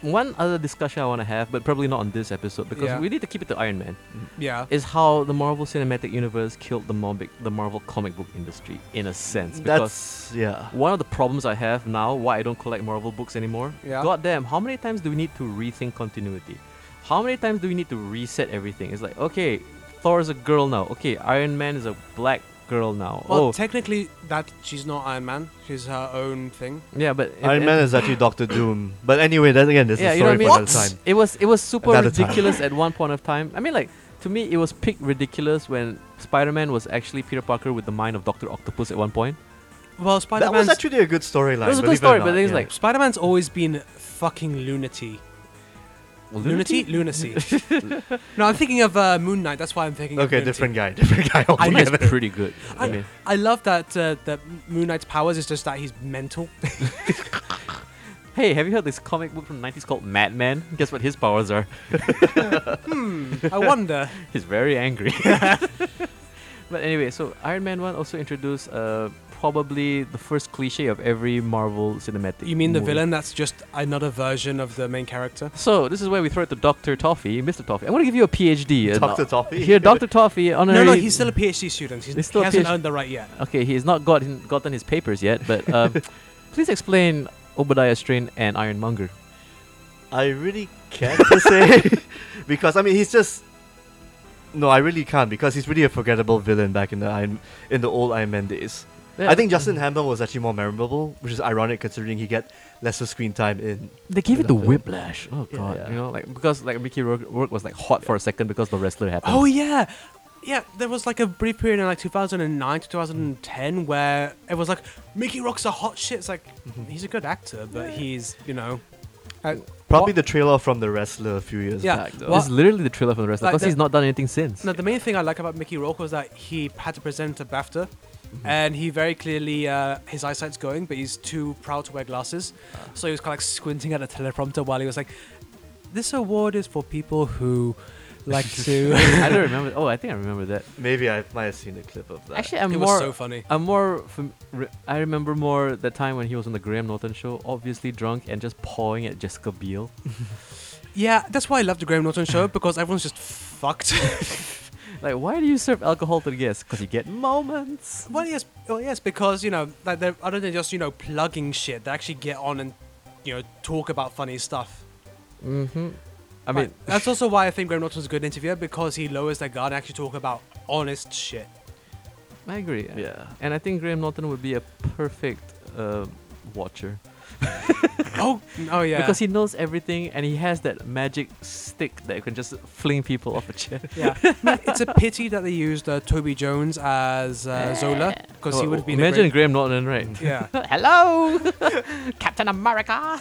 S3: one other discussion i want to have but probably not on this episode because
S2: Yeah.
S3: we need to keep it to iron man
S2: Yeah.
S3: is how the marvel cinematic universe killed the, mobic, the marvel comic book industry in a sense because
S1: that's yeah.
S3: one of the problems i have now why i don't collect marvel books anymore
S2: Yeah.
S3: god damn how many times do we need to rethink continuity how many times do we need to reset everything it's like okay thor is a girl now okay iron man is a black girl now
S2: Well,
S3: oh
S2: technically, that she's not Iron Man. She's her own thing.
S3: Yeah, but it-
S1: Iron
S3: it-
S1: Man is actually Doctor Doom. But anyway, that's again, this
S3: yeah,
S1: is a
S3: you know
S1: story
S3: what I mean?
S1: for another time.
S3: It was it was super
S1: Another time.
S3: ridiculous at one point of time. I mean, like to me, it was peak ridiculous when Spider-Man was actually Peter Parker with the mind of Doctor Octopus at one point.
S2: Well,
S1: That was
S2: Spider-Man's
S1: actually a good storyline.
S3: It was a good
S1: believe
S3: story,
S1: or
S3: but
S1: not,
S3: it is
S1: yeah.
S3: like-
S2: Spider-Man's always been fucking lunacy. Lunacy, lunacy. no, I'm thinking of uh, Moon Knight. That's why I'm thinking.
S1: okay,
S2: of lunacy.
S1: different guy, different guy
S2: I
S3: I mean,
S1: altogether.
S3: it's pretty good. I,
S2: I-
S3: mean,
S2: I love that uh, that Moon Knight's powers is just that he's mental.
S3: hey, have you heard this comic book from the '90s called Madman? Guess what his powers are?
S2: hmm. I wonder.
S3: He's very angry. but anyway, so Iron Man one also introduced uh, probably the first cliche of every Marvel cinematic.
S2: You mean the
S3: movie.
S2: villain that's just another version of the main character?
S3: So this is where we throw it to Doctor Toffee, Mr. Toffee. I'm gonna give you a PhD. uh,
S1: Doctor Toffee.
S3: Here, Dr. Toffee, honorary.
S2: No, no, he's still a PhD student. He's,
S3: Oh, He's still
S2: he
S3: a
S2: hasn't
S3: PhD.
S2: earned the right yet.
S3: Okay, he's not gotten gotten his papers yet, but um, please explain Obadiah Strain and Ironmonger.
S1: I really can't per se, because I mean he's just. No, I really can't because he's really a forgettable villain back in the Iron, in the old Iron Man days. I think Justin Hamlin was actually more memorable, which is ironic considering he get lesser screen time in.
S3: they gave
S1: in
S3: it
S1: the
S3: to
S1: film.
S3: Whiplash. Oh god,
S1: Yeah.
S3: you know, like because like Mickey Rourke, Rourke was like hot for a second because the wrestler happened.
S2: Oh yeah, yeah. There was like a brief period in like 2009 to 2010 where it was like Mickey Rock's a hot shit. It's like he's a good actor, but he's you know, uh,
S1: Probably
S2: what-
S1: the trailer from the wrestler a few years
S2: Yeah.
S1: back. Though.
S2: Well,
S3: It's literally the trailer for the wrestler
S2: like
S3: because
S2: the-
S3: he's not done anything since.
S2: No, the main thing I like about Mickey Rourke was that he had to present at BAFTA, and he very clearly uh, his eyesight's going, but he's too proud to wear glasses, so he was kind of like squinting at a teleprompter while he was like, "This award is for people who like to."
S3: I don't remember. Oh, I think I remember that.
S1: Maybe I might have seen a clip of that.
S3: Actually, I'm
S2: it
S3: more.
S2: was so funny.
S3: I'm more. Fam- re- I remember more the time when he was on the Graham Norton show, obviously drunk and just pawing at Jessica Biel.
S2: Yeah, that's why I love the Graham Norton show because everyone's just fucked.
S3: Like, why do you serve alcohol to the guests? Because you get moments.
S2: Well, yes, well, yes, because you know, like they're other than just you know plugging shit, they actually get on and you know talk about funny stuff.
S3: Mm-hmm. I
S2: Right,
S3: mean,
S2: that's also why I think Graham Norton's a good interviewer because he lowers their guard and actually talk about honest shit.
S3: I agree.
S1: yeah.
S3: And I think Graham Norton would be a perfect uh, watcher
S2: oh, oh yeah,
S3: because he knows everything and he has that magic stick that can just fling people off a chair.
S2: yeah, No, it's a pity that they used uh, Toby Jones as uh, Zola because he
S3: Oh,
S2: would be
S3: imagine
S2: The
S3: Graham Norton, right?
S2: great, yeah,
S3: Hello, Captain America.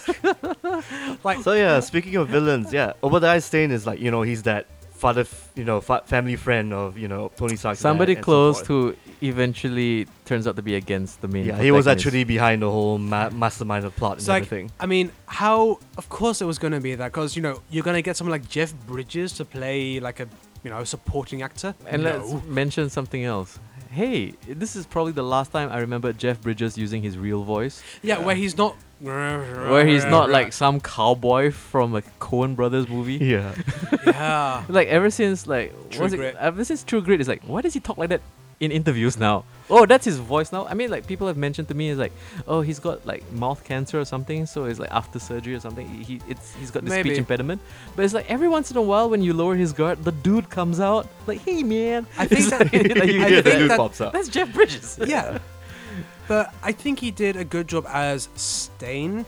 S2: like
S1: So yeah, speaking of villains, yeah, Obadiah Stane is like you know he's that father, f- you know, fa- family friend of you know Tony Stark.
S3: Somebody
S1: and so
S3: close
S1: forth.
S3: who eventually turns out to be against the main.
S1: Yeah, he was
S3: protagonist.
S1: actually behind the whole ma- mastermind of plot and
S2: It's like-
S1: everything.
S2: I mean, how? Of course, it was going to be that because you know you're going to get someone like Jeff Bridges to play like a you know supporting actor.
S3: And
S2: no.
S3: let's mention something else. Hey, this is probably the last time I remember Jeff Bridges using his real voice,
S2: Yeah, where he's not.
S3: where
S2: Where
S3: he's not like some cowboy from a Coen Brothers movie.
S1: Yeah,
S2: Yeah.
S3: Like ever since like
S2: True
S3: was it-
S2: Grit.
S3: ever since True Grit is like, why does he talk like that in interviews now? Oh, that's his voice now. I mean, like people have mentioned to me is like, oh, he's got like mouth cancer or something, so it's like after surgery or something. He he- it's he's got this
S2: Maybe.
S3: speech impediment. But it's like every once in a while when you lower his guard, the dude comes out like, hey man,
S2: I think
S3: It's
S2: that-
S3: like, you
S1: yeah,
S2: I
S3: hear
S1: the
S2: think
S1: dude
S2: that-
S1: pops up.
S3: That's Jeff Bridges.
S2: Yeah. But I think he did a good job as Stain.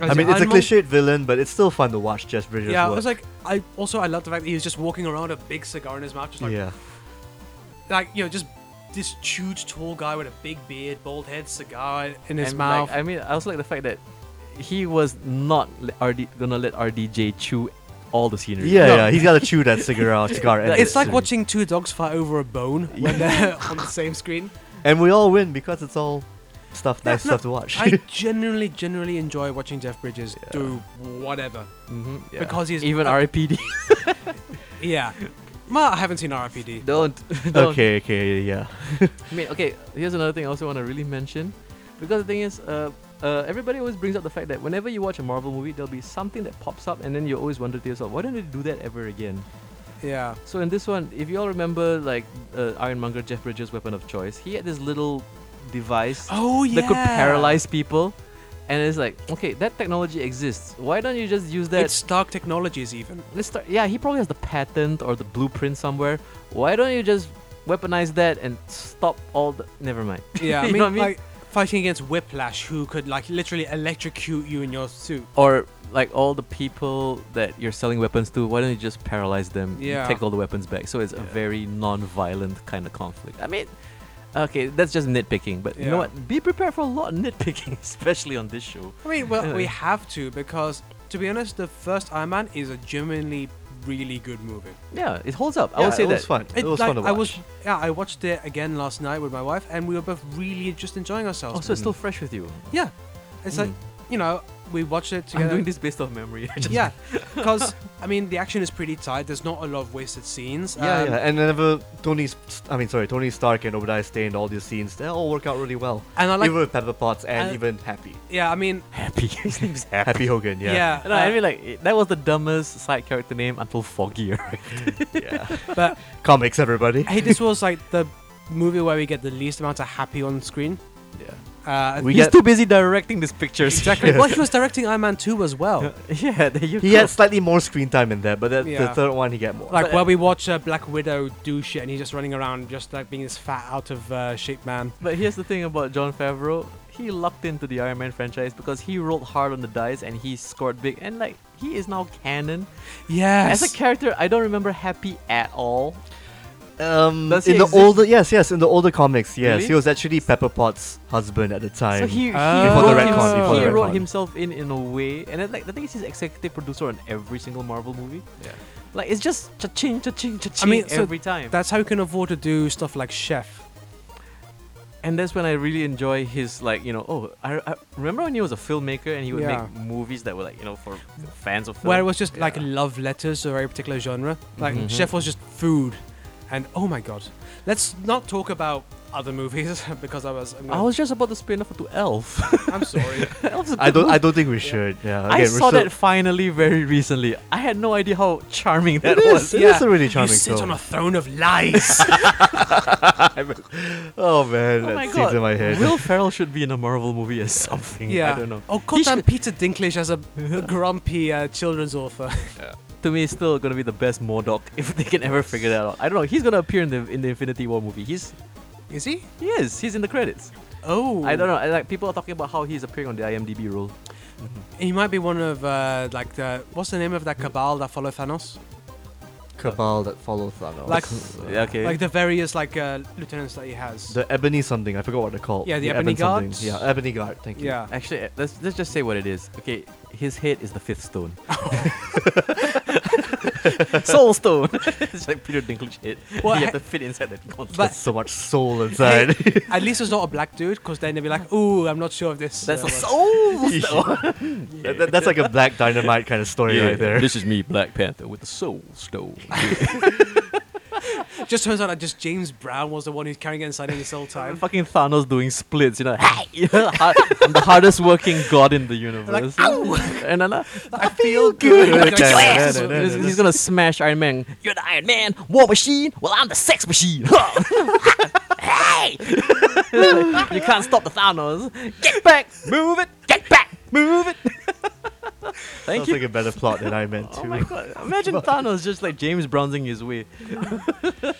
S1: I mean, it's a cliched villain, but it's still fun to watch Jeff Bridges.
S2: Yeah, I
S1: work.
S2: was like, I also I love the fact that he was just walking around with a big cigar in his mouth, just like,
S1: yeah,
S2: like you know, just this huge tall guy with a big beard, bald head, cigar in his
S3: And, like,
S2: mouth.
S3: I mean, I also like the fact that he was not le- RD, gonna let RDJ chew all the scenery.
S1: yeah,
S2: No.
S1: yeah. He's got to chew that cigar, cigar. and
S2: it's
S1: it-
S2: like watching two dogs fight over a bone when they're on the same screen.
S1: and we all win because it's all stuff,
S2: Yeah,
S1: nice
S2: no,
S1: stuff to watch.
S2: I genuinely, genuinely enjoy watching Jeff Bridges do whatever
S3: Mhm.
S1: Yeah.
S2: because he's
S3: Even
S2: uh,
S3: RIPD.
S2: yeah. Well, I haven't seen RIPD.
S3: don't, don't.
S1: okay, okay, yeah.
S3: I mean, okay. Here's another thing I also want to really mention, because the thing is, uh, uh, everybody always brings up the fact that whenever you watch a Marvel movie, there'll be something that pops up, and then you always wonder to yourself, why don't they do that ever again?
S2: Yeah.
S3: So in this one, if you all remember, like uh, Ironmonger, Jeff Bridges' weapon of choice, he had this little device
S2: Oh yeah.
S3: that could paralyze people. And it's like, okay, that technology exists. Why don't you just use that?
S2: It's Stark Technologies even.
S3: Let's start. Yeah, he probably has the patent or the blueprint somewhere. Why don't you just weaponize that and stop all the? Never mind.
S2: Yeah, I
S3: You
S2: mean,
S3: know what I mean?
S2: like fighting against Whiplash, who could like literally electrocute you in your suit.
S3: Or like all the people that you're selling weapons to, why don't you just paralyze them? and
S2: Yeah.
S3: Take all the weapons back. So it's a
S1: Yeah.
S3: very non-violent kind of conflict. I mean, okay, that's just nitpicking. But you know
S2: Yeah.
S3: what? Be prepared for a lot of nitpicking, especially on this show.
S2: I mean, well, we
S3: Yeah.
S2: have to because to be honest, the first Iron Man is a genuinely really good movie.
S3: Yeah, it holds up. I
S1: Yeah,
S3: will say
S1: it
S3: that.
S1: was fun. It, was
S2: like,
S1: fun to watch.
S2: I was yeah, I watched it again last night with my wife, and we were both really just enjoying ourselves.
S3: Oh, so it's still fresh with you.
S2: yeah, it's like you know we watched it together.
S3: I'm doing this based off memory. I just-
S2: Yeah, because I mean the action is pretty tight. There's not a lot of wasted scenes.
S1: Yeah,
S2: Um,
S1: yeah, and whenever Tony's, I mean, sorry, Tony Stark and Obadiah Stane, all these scenes, they all work out really well.
S2: And I like.
S1: even with Pepper Potts and
S2: I-
S1: even Happy,
S2: yeah, I mean.
S3: Happy. His name's Happy.
S1: Happy Hogan,
S2: Yeah,
S1: yeah,
S3: No, I
S2: uh,
S3: mean like it- that was the dumbest side character name until Foggy, right?
S1: yeah.
S2: but
S1: Comics, everybody.
S2: hey, this was like the movie where we get the least amount of happy on screen.
S3: Yeah.
S2: Uh,
S1: We
S3: He's
S1: get-
S3: too busy directing these pictures.
S2: exactly. well, he was directing Iron Man 2 as well.
S3: yeah, there you
S1: He
S3: go.
S1: had slightly more screen time in that, but that,
S2: Yeah.
S1: the third one he got more.
S2: Like
S3: But-
S2: where we watch uh, Black Widow do shit and he's just running around just like being this fat out of uh, shape man.
S3: But here's the thing about John Favreau. He lucked into the Iron Man franchise because he rolled hard on the dice and he scored big. And like, he is now canon.
S2: Yes.
S3: As a character, I don't remember Happy at all.
S1: um,
S3: Does he
S1: in the
S3: exist?
S1: older, yes, yes, in the older comics, yes,
S3: Really?
S1: he was actually Pepper Potts' husband at the time.
S3: So he, he,
S2: Before the
S3: wrote,
S2: retcon,
S3: hims-
S2: before
S3: he
S2: the
S3: wrote
S1: retcon.
S3: himself in in a way, and then, like the thing is, he's executive producer on every single Marvel movie.
S1: Yeah.
S3: Like it's just cha-ching, cha-ching, cha-ching
S2: mean, so
S3: every time.
S2: That's how you can afford to do stuff like Chef.
S3: and that's when I really enjoy his like you know oh I, I remember when he was a filmmaker and he would
S2: Yeah.
S3: make movies that were like you know for fans of film.
S2: where it was just like
S3: Yeah.
S2: love letters to a very particular genre. Like
S3: Mhm.
S2: Chef was just food, and oh my god, let's not talk about other movies because I was. I'm,
S3: I
S2: gonna-
S3: was just about to spin off to Elf.
S2: I'm sorry.
S3: Elf's
S1: I
S3: a good
S1: don't. I
S3: movie.
S1: don't think we
S2: Yeah.
S1: should. Yeah.
S3: I
S1: again, we're
S3: saw
S1: still-
S3: that finally very recently. I had no idea how charming that
S1: It is.
S3: was.
S1: It
S2: yeah.
S1: is a really
S2: you
S1: charming
S2: sit
S1: film.
S2: on a throne of lies.
S1: oh man,
S3: Oh my
S1: that
S3: god!
S1: seems in my head.
S3: Will Ferrell should be in a Marvel movie as something.
S2: yeah.
S3: I don't know.
S2: Oh
S3: He
S2: god, damn Peter Dinklage as a grumpy uh, children's author.
S3: to me, it's still gonna be the best Modoc if they can ever figure that out. I don't know. He's gonna appear in the in the Infinity War movie. He's
S2: Is he?
S3: he is. He's in the credits.
S2: Oh,
S3: I don't know. I, like people are talking about how he's appearing on the IMDb role.
S2: He might be one of uh, like the what's the name of that cabal that follow Thanos?
S1: Cabal that follows Thanos.
S2: Like-
S3: Yeah, okay.
S2: Like the various like uh, lieutenants that he has.
S1: the ebony something. I forgot what they're called.
S2: Yeah, the ebony
S1: ebon something.
S2: guards?
S1: Yeah, ebony guard. Thank you.
S2: yeah.
S3: Actually, eh, let's let's just say what it is. Okay, his head is the fifth stone. Oh. Soul stone. it's like Peter Dinklage head.
S2: Well,
S3: you
S2: I-
S3: have to fit inside that concept.
S1: There's so much soul inside.
S2: At least it's not a black dude, because then they'd be like, "Ooh, I'm not sure if this."
S3: That's
S2: uh,
S3: a
S2: works."
S3: soul stone.
S1: That- that- that's like a black dynamite kind of story right there.
S3: This is me, Black Panther, with the soul stone.
S2: just turns out that just James Brown was the one who's carrying it inside him this whole time.
S3: Fucking Thanos doing splits, you know. Hard- I'm the hardest working god in the universe. and then uh,
S2: I feel good.
S1: good.
S2: Like, yes!
S1: No, no, no,
S3: he's,
S1: no,
S3: he's gonna smash Iron Man. You're the Iron Man, War Machine. Well, I'm the Sex Machine. hey, you can't stop the Thanos. Get back, move it. Get back, move it. Thank
S1: Sounds
S3: you.
S1: like a better plot than I meant
S3: Oh
S1: to.
S3: my god! Imagine Thanos just like James Browning his way.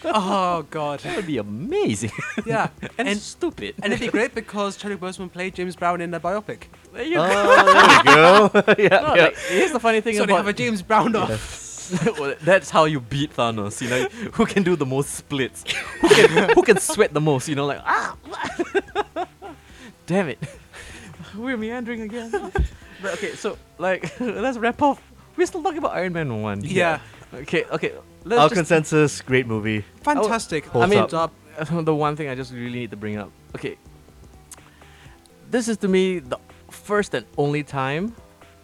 S2: Oh god.
S3: That would be amazing
S2: Yeah.
S3: and,
S2: And
S3: stupid.
S2: and it'd be great because Chadwick Boseman played James Brown in the biopic.
S3: There you go.
S1: Oh, there you go. yeah,
S3: No,
S1: yeah.
S3: like, here's the funny thing
S2: So they
S3: about
S2: have a James Brown off.
S3: Well, that's how you beat Thanos. You know, who can do the most splits? Who can who can sweat the most? You know, like ah, damn it, we're meandering again. But okay, so like let's wrap up. We're still talking about Iron Man one.
S2: Yeah.
S3: Okay. Okay. Let's
S1: Our
S3: just-
S1: consensus, great movie.
S2: Fantastic.
S1: Oh, Holds
S3: I mean, uh,
S1: up.
S3: the one thing I just really need to bring up. Okay. This is to me the first and only time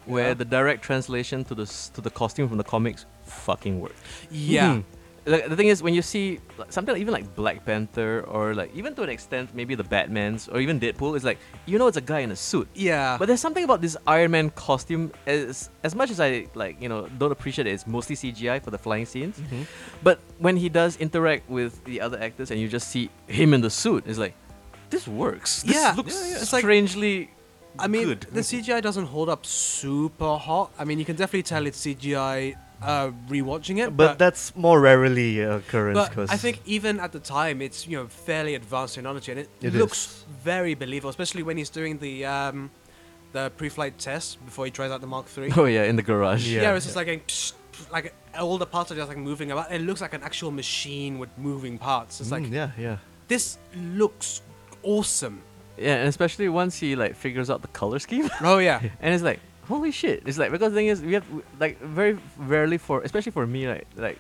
S3: where
S2: Yeah.
S3: the direct translation to the s- to the costume from the comics fucking worked.
S1: Mm-hmm.
S2: Yeah.
S3: Mhm. Like, the thing is, when you see like, something like, even like Black Panther or like even to an extent maybe the Batman's or even Deadpool, it's like you know it's a guy in a suit.
S2: Yeah.
S3: But there's something about this Iron Man costume. As as much as I like, you know, don't appreciate it. It's mostly CGI for the flying scenes.
S2: Mm-hmm.
S3: But when he does interact with the other actors, and you just see him in the suit, it's like, this works. This
S2: Yeah.
S3: looks
S2: Yeah, yeah. It's like-
S3: strangely.
S2: I mean,
S3: good.
S2: the CGI doesn't hold up super hot. I mean, you can definitely tell it's CGI uh, rewatching it,
S1: But, that's more rarely a occurrence
S2: But
S1: because
S2: I think even at the time, it's you know fairly advanced technology, and it,
S1: It
S2: looks
S1: is.
S2: very believable, especially when he's doing the um, the pre-flight test before he tries out the Mark III.
S3: Oh yeah, in the garage.
S1: Yeah.
S2: yeah, it's just like a psh, psh, like all the parts are just like moving about. It looks like an actual machine with moving parts. It's like
S1: Mm, yeah, yeah.
S2: this looks awesome.
S3: Yeah, and especially once he like figures out the color scheme.
S2: Oh yeah,
S3: and it's like holy shit it's like because the thing is we have w- like very rarely for especially for me like like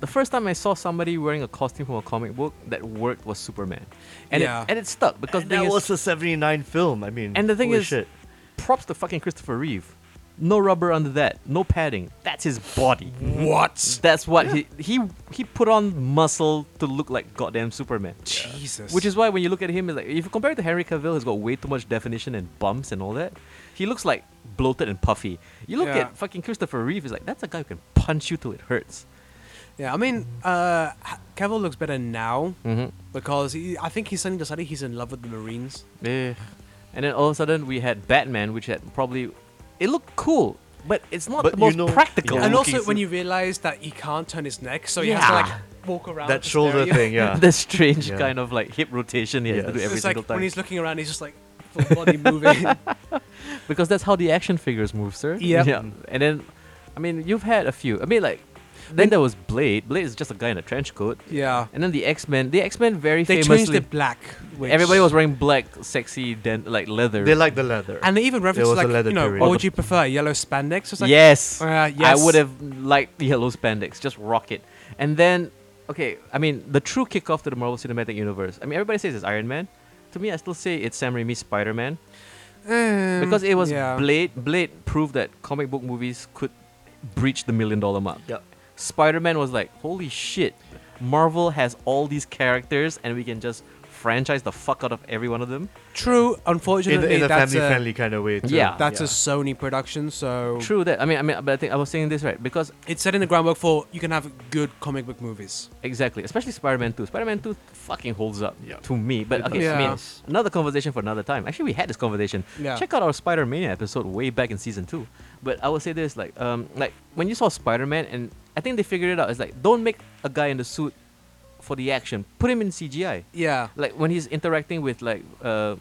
S3: the first time I saw somebody wearing a costume from a comic book that worked was Superman, and
S2: Yeah.
S3: it, and it stuck because
S1: And
S3: the
S1: that
S3: thing is,
S1: was a '79 film. I mean,
S3: And the thing
S1: holy
S3: is-
S1: shit.
S3: props to fucking Christopher Reeve, no rubber under that, no padding. That's his body.
S1: Mm.
S2: what?
S3: That's what he he he put on muscle to look like goddamn Superman.
S2: Jesus,
S3: Which is why when you look at him, it's like if you compare it to Henry Cavill, he's got way too much definition and bumps and all that. He looks like bloated and puffy. You look
S2: Yeah.
S3: at fucking Christopher Reeve, he's like that's a guy who can punch you till it hurts.
S2: Yeah, I mean, uh, H- Cavill looks better now
S3: Mm-hmm.
S2: because he, I think he suddenly decided he's in love with the Marines.
S3: Yeah. Eh. And then all of a sudden we had Batman, which had probably it looked cool, but it's not
S1: But
S3: the
S1: you
S3: most
S1: know-
S3: practical.
S1: Yeah.
S2: and
S1: looking
S2: also, when
S1: suit.
S2: you realize that he can't turn his neck, so he has to
S3: Yeah.
S2: like walk around.
S1: that
S2: to
S1: shoulder
S2: stare at you.
S1: thing, yeah.
S3: the strange
S1: Yeah.
S3: kind of like hip rotation he has to do
S1: Yes.
S3: every
S2: it's
S3: single
S2: like
S3: time.
S2: when he's looking around, he's just like full body moving.
S3: because that's how the action figures move, sir.
S2: Yep.
S3: Yeah. And then, I mean, you've had a few. I mean, like, then there was Blade. Blade is just a guy in a trench coat.
S2: yeah,
S3: And then the X Men. The X Men very
S2: they changed
S3: famously.
S2: it black. Which
S3: everybody was wearing black, sexy, den- like leather.
S1: They like the leather.
S2: and they even referenced
S1: was a
S2: like
S1: leather
S2: you know
S1: period.
S2: what would you prefer, yellow spandex? It's like,
S3: yes.
S2: Uh, yes.
S3: I would have liked yellow spandex, just rock it. And then, okay, I mean, the true kickoff to the Marvel Cinematic Universe. I mean, everybody says it's Iron Man. To me, I still say it's Sam Raimi's Spider Man
S2: Um,
S3: because it was
S2: yeah.
S3: Blade. Blade proved that comic book movies could breach the million dollar mark.
S1: Yep.
S3: Spider Man was like, holy shit, Marvel has all these characters and we can just franchise the fuck out of every one of them.
S2: True.
S1: in,
S2: Unfortunately,
S1: in a
S2: that's
S1: family
S2: a,
S1: friendly kind of way. Too.
S3: Yeah.
S2: that's
S1: yeah.
S2: a Sony production, so
S3: True that. I mean, I mean, but I think I was saying this right because
S2: it's setting the groundwork for you can have good comic book movies.
S3: Exactly, especially Spider-Man 2. Spider-Man 2 fucking holds up
S1: Yeah.
S3: to me. But
S1: It
S3: okay,
S2: does.
S3: I mean,
S2: Yeah.
S3: another conversation for another time. Actually, we had this conversation.
S2: Yeah.
S3: Check out our Spider-Mania episode way back in season 2. But I would say this like um like when you saw Spider-Man and I think they figured it out. It's like don't make a guy in the suit for the action. Put him in CGI.
S2: Yeah.
S3: Like when he's interacting with like uh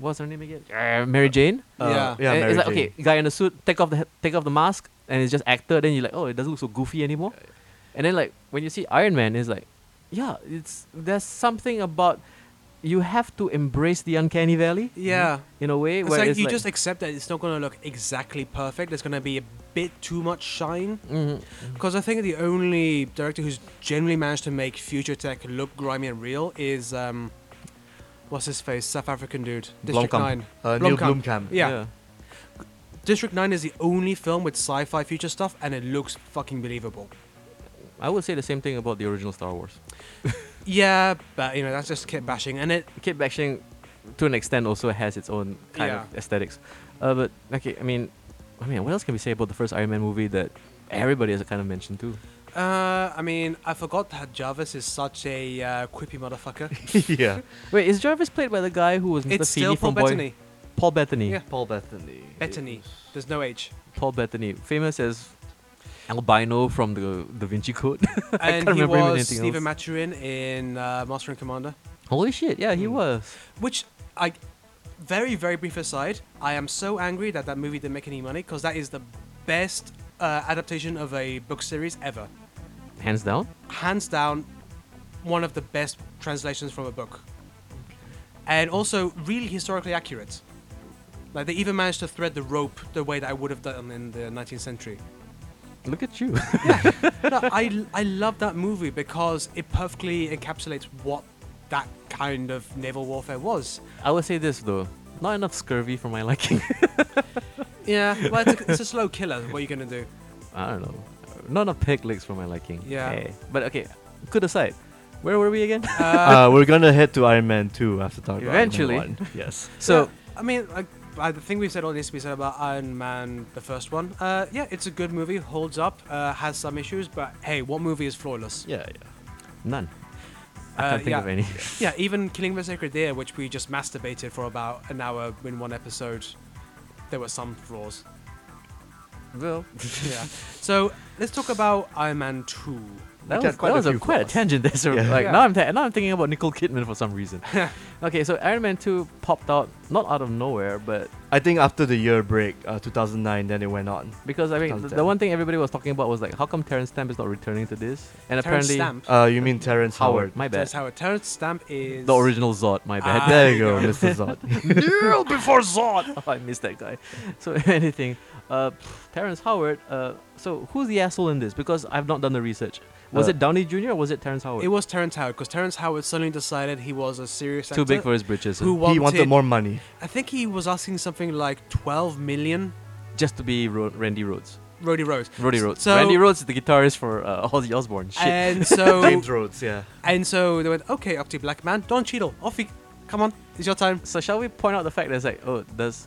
S3: what's her name again? Uh, Mary Jane.
S2: Yeah.
S1: Yeah,
S3: And
S1: Mary
S3: it's like
S1: Jane.
S3: okay, guy in a suit, take off the he- take off the mask, and it's just actor. Then you're like, oh, it doesn't look so goofy anymore. And then like when you see Iron Man, it's like, yeah, it's there's something about you have to embrace the uncanny valley.
S2: Yeah.
S3: In a way,
S2: It's
S3: where
S2: like
S3: it's
S2: you just accept that it's not going to look exactly perfect. There's going to be a bit too much shine.
S3: Mhm.
S2: Because I think the only director who's generally managed to make future tech look grimy and real is, um, what's his face? South African dude. District
S3: Blomkamp.
S2: 9.
S1: uh, Neil
S2: Blomkamp.
S1: Blomkamp.
S2: Yeah. District 9 is the only film with sci fi future stuff, and it looks fucking believable.
S3: I would say the same thing about the original Star Wars.
S2: Yeah, but, you know, that's just kit bashing. And it.
S3: Kid Bashing, to an extent, also has its own kind of
S2: Yeah.
S3: aesthetics. Uh, but okay, I mean, I mean, what else can we say about the first Iron Man movie that everybody has kind of mentioned too?
S2: Uh, I mean, I forgot that Jarvis is such a uh, quippy motherfucker.
S1: yeah.
S3: Wait, is Jarvis played by the guy who was Mr.
S2: it's still
S3: Feely
S2: Paul
S3: from Boy-
S2: Bettany.
S3: Paul Bettany.
S2: Yeah.
S1: Paul Bethany.
S2: Bettany. There's no H.
S3: Paul Bettany, famous as albino from the Da Vinci Code. I
S2: and
S3: can't
S2: he
S3: remember him in
S2: was
S3: anything
S2: Stephen
S3: else.
S2: Maturin in uh, Master and Commander,
S3: Holy shit! Yeah, he
S1: Mm.
S3: was.
S2: which I very very brief aside. I am so angry that that movie didn't make any money because that is the best uh, adaptation of a book series ever,
S3: Hands down.
S2: hands down, one of the best translations from a book, and also really historically accurate. Like they even managed to thread the rope the way that I would have done in the 19th century.
S3: Look at you.
S2: no, I, I love that movie because it perfectly encapsulates what that kind of naval warfare was.
S3: I would say this though, not enough scurvy for my liking.
S2: Yeah, well, it's a, it's a slow killer. What are you gonna do?
S3: I don't know. Not enough peg legs for my liking.
S2: Yeah.
S3: Eh, But okay, good aside. Where were we again?
S2: Uh,
S1: Uh, we're gonna head to Iron Man 2 after talking about Iron Man
S3: Eventually.
S1: 1. Yes.
S3: so
S2: I mean, like, I think we've said all this we said about Iron Man, the first one. Uh, yeah, it's a good movie, holds up, uh, has some issues, but hey, what movie is flawless?
S1: Yeah, yeah.
S3: none. I
S2: Uh,
S3: can't think
S2: yeah.
S3: of any.
S2: Yeah, even Killing of a Sacred Deer, which we just masturbated for about an hour in one episode, there were some flaws.
S3: Well,
S2: Yeah. so let's talk about Iron Man 2.
S3: That
S1: Which
S3: was,
S1: has quite
S3: that
S1: a
S3: was a
S1: few
S3: quite a
S1: flaws.
S3: tangent there. So
S1: Yeah.
S3: like
S2: Yeah.
S3: now I'm th- now I'm thinking about Nicole Kidman for some reason. okay, so Iron Man two popped out not out of nowhere, but
S1: I think after the year break, uh, 2009, then it went on.
S3: because I mean the, the
S1: 2010.
S3: one thing everybody was talking about was like how come Terrence Stamp is not returning to this?
S2: Terrence
S3: And apparently oh,
S2: Stamp.
S1: Uh, you mean Terrence
S3: Howard,
S1: Howard?
S3: my bad,
S2: That's how it. Terrence Stamp is
S3: the original Zod, my bad.
S2: Ah.
S1: There you go, Mr. Zod.
S3: Kneel before Zod. Oh, I miss that guy. So anything, uh, Terrence Howard. Uh, so who's the asshole in this? Because I've not done the research. Was
S1: Uh,
S3: it Downey Jr. or was it Terrence Howard?
S2: It was Terrence Howard because Terrence Howard suddenly decided he was a serious actor
S3: too big for his britches.
S2: who
S3: Who
S2: wanted,
S1: he wanted more money.
S2: I think he was asking something like 12 million.
S3: just to be Ro- Randy Rhodes.
S2: Roddy Rhodes.
S3: Roddy Rhodes.
S2: So-
S3: Randy Rhodes is the guitarist for uh, Ozzy Osbourne. Shit.
S2: And so
S1: James Rhodes, yeah.
S2: and so they went, okay, up to you, black man, Don Cheadle, off you, come on, it's your time.
S3: so shall we point out the fact that it's like, oh, does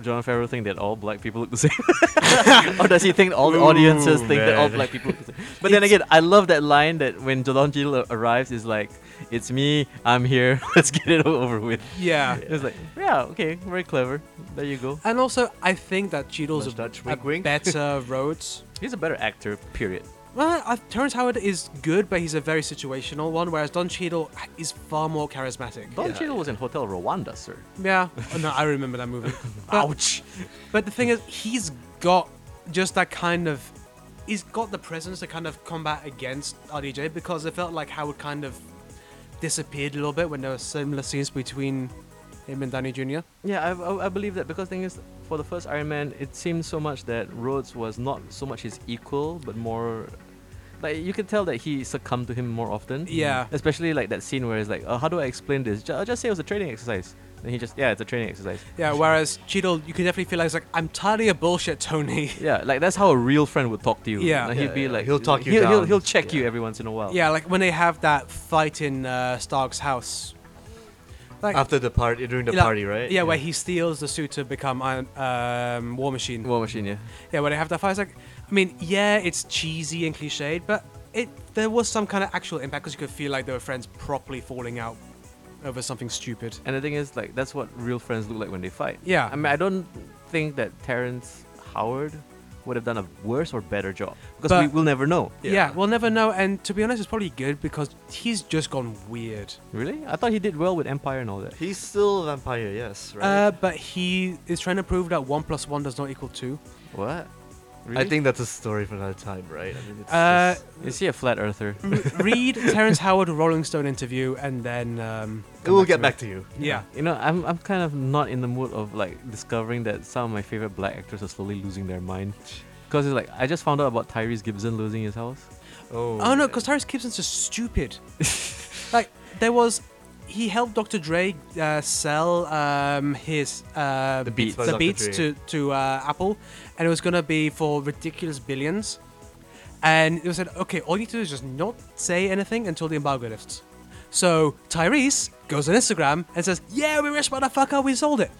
S3: John Favreau think that all black people look the same, or does he think all the audiences
S1: Ooh,
S3: think that all
S1: man.
S3: black people look the same? But then again, I love that line that when John Jill a- arrives, is like, "It's me, I'm here. Let's get it all over with."
S2: Yeah.
S3: It's like, yeah, okay, very clever. There you go.
S2: And also, I think that Cheadle's
S1: Must
S2: a,
S1: touch
S2: a
S1: wink, wink.
S2: better Rhodes.
S3: He's a better actor. Period.
S2: Well, I, Terrence Howard is good, but he's a very situational one, whereas Don Cheadle is far more charismatic.
S3: Don
S1: Yeah.
S3: Cheadle was in Hotel Rwanda, sir.
S2: Yeah, Oh, no, I remember that movie. But,
S3: Ouch.
S2: but the thing is, he's got just that kind of. He's got the presence to kind of combat against RDJ because it felt like Howard kind of disappeared a little bit when there were similar scenes between him and Danny Jr.
S3: Yeah, I, I, I believe that because thing is, for the first Iron Man, it seemed so much that Rhodes was not so much his equal, but more like you could tell that he succumbed to him more often.
S2: Yeah.
S3: Especially like that scene where he's like, uh, "How do I explain this? Ju- I'll just say it was a training exercise." And he just, yeah, it's a training exercise.
S2: Yeah, whereas Cheadle, you can definitely feel like, it's like I'm tired of your bullshit, Tony.
S3: Yeah, like that's how a real friend would talk to you.
S2: Yeah.
S3: Like,
S1: Yeah,
S3: he'd be
S1: yeah,
S3: like,
S1: he'll talk you
S3: he'll, He'll,
S1: down.
S3: he'll check you
S1: Yeah.
S3: every once in a while.
S2: Yeah, like when they have that fight in uh, Stark's house. Like,
S1: After the party, during the
S2: Yeah,
S1: party, right?
S2: Yeah, where he steals the suit to become Iron, um, War Machine.
S3: War Machine. Yeah.
S2: Yeah, where they have that fight. It's like, I mean, yeah, it's cheesy and cliched, but it there was some kind of actual impact because you could feel like they were friends properly falling out over something stupid.
S3: And the thing is, like, that's what real friends look like when they fight.
S2: Yeah.
S3: I mean, I don't think that Terrence Howard would have done a worse or better job because we
S2: But-
S3: will never know.
S2: Yeah. we'll never know. And to be honest, it's probably good because he's just gone weird.
S3: Really? I thought he did well with Empire and all that.
S1: He's still a vampire, yes, right?
S2: Uh, but he is trying to prove that one plus one does not equal two.
S3: What? Really?
S1: I think that's a story for another time, right? I mean, it's
S2: Uh,
S1: just-
S3: is he a flat earther?
S2: Re- read Terrence Howard Rolling Stone interview and then um, come
S1: we'll get
S2: to
S1: back to you.
S2: it. Yeah.
S3: You know, I'm I'm kind of not in the mood of like discovering that some of my favorite black actors are slowly losing their mind. Because it's like I just found out about Tyrese Gibson losing his house.
S1: Oh,
S2: Oh no,
S1: man.
S2: because Tyrese Gibson's just stupid. like there was, he helped Dr. Dre uh, sell um, his uh,
S1: The beats by
S2: the
S1: Dr.
S2: beats
S1: Dre.
S2: to to uh, Apple, and it was gonna be for ridiculous billions. And it was said, okay, all you need to do is just not say anything until the embargo lifts. So Tyrese goes on Instagram and says, "Yeah, we rich motherfucker, we sold it."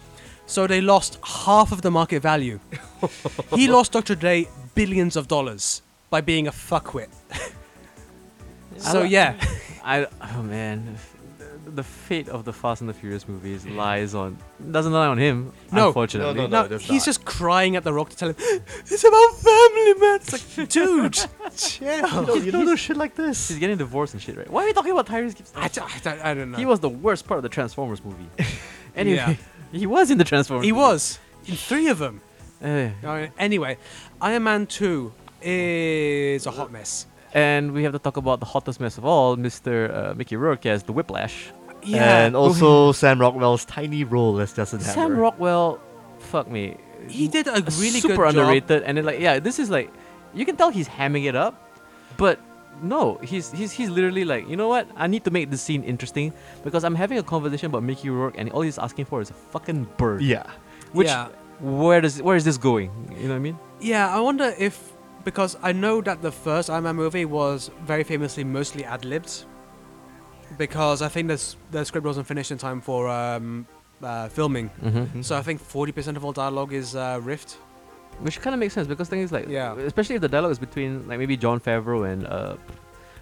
S2: So they lost half of the market value. he lost Dr. Dre billions of dollars by being a fuckwit. So
S3: li-
S2: yeah,
S3: I oh man, the, the fate of the Fast and the Furious movies lies on doesn't lie on him.
S2: No.
S3: unfortunately.
S1: No, no,
S2: no,
S1: there's
S2: he's
S1: not.
S2: just crying at the rock to tell him it's about family, man. It's like, dude, chill.
S1: You don't know shit like
S3: He's
S1: this.
S3: getting divorced and shit, right? Why are we talking about Tyrese Gibson?
S2: I, don't, I, don't, I don't know.
S3: He was the worst part of the Transformers movie. anyway, he was in the Transformers.
S2: He
S3: movie.
S2: was in three of them.
S3: Eh,
S2: Uh, Anyway, Iron Man Two is a hot mess.
S3: and we have to talk about the hottest mess of all, Mr. Uh, Mickey Rourke as the Whiplash.
S2: Yeah,
S1: And also Sam Rockwell's tiny role as Justin
S3: Oh, Sam
S1: Hammer.
S3: Rockwell, fuck me.
S2: he did a really good
S3: super
S2: job.
S3: underrated, and then like yeah, this is like, you can tell he's hamming it up, but no, he's he's he's literally like, you know what? I need to make this scene interesting because I'm having a conversation about Mickey Rourke, and all he's asking for is a fucking bird.
S1: Yeah.
S3: Which
S2: Yeah.
S3: where does where is this going? You know what I mean?
S2: Yeah, I wonder if because I know that the first Iron Man movie was very famously mostly ad libbed. Because I think the s- the script wasn't finished in time for um, uh, filming,
S3: Mm-hmm.
S2: so I think forty percent of all dialogue is uh, riffed.
S3: Which kind of makes sense because thing is like,
S2: Yeah.
S3: especially if the dialogue is between like maybe John Favreau and uh,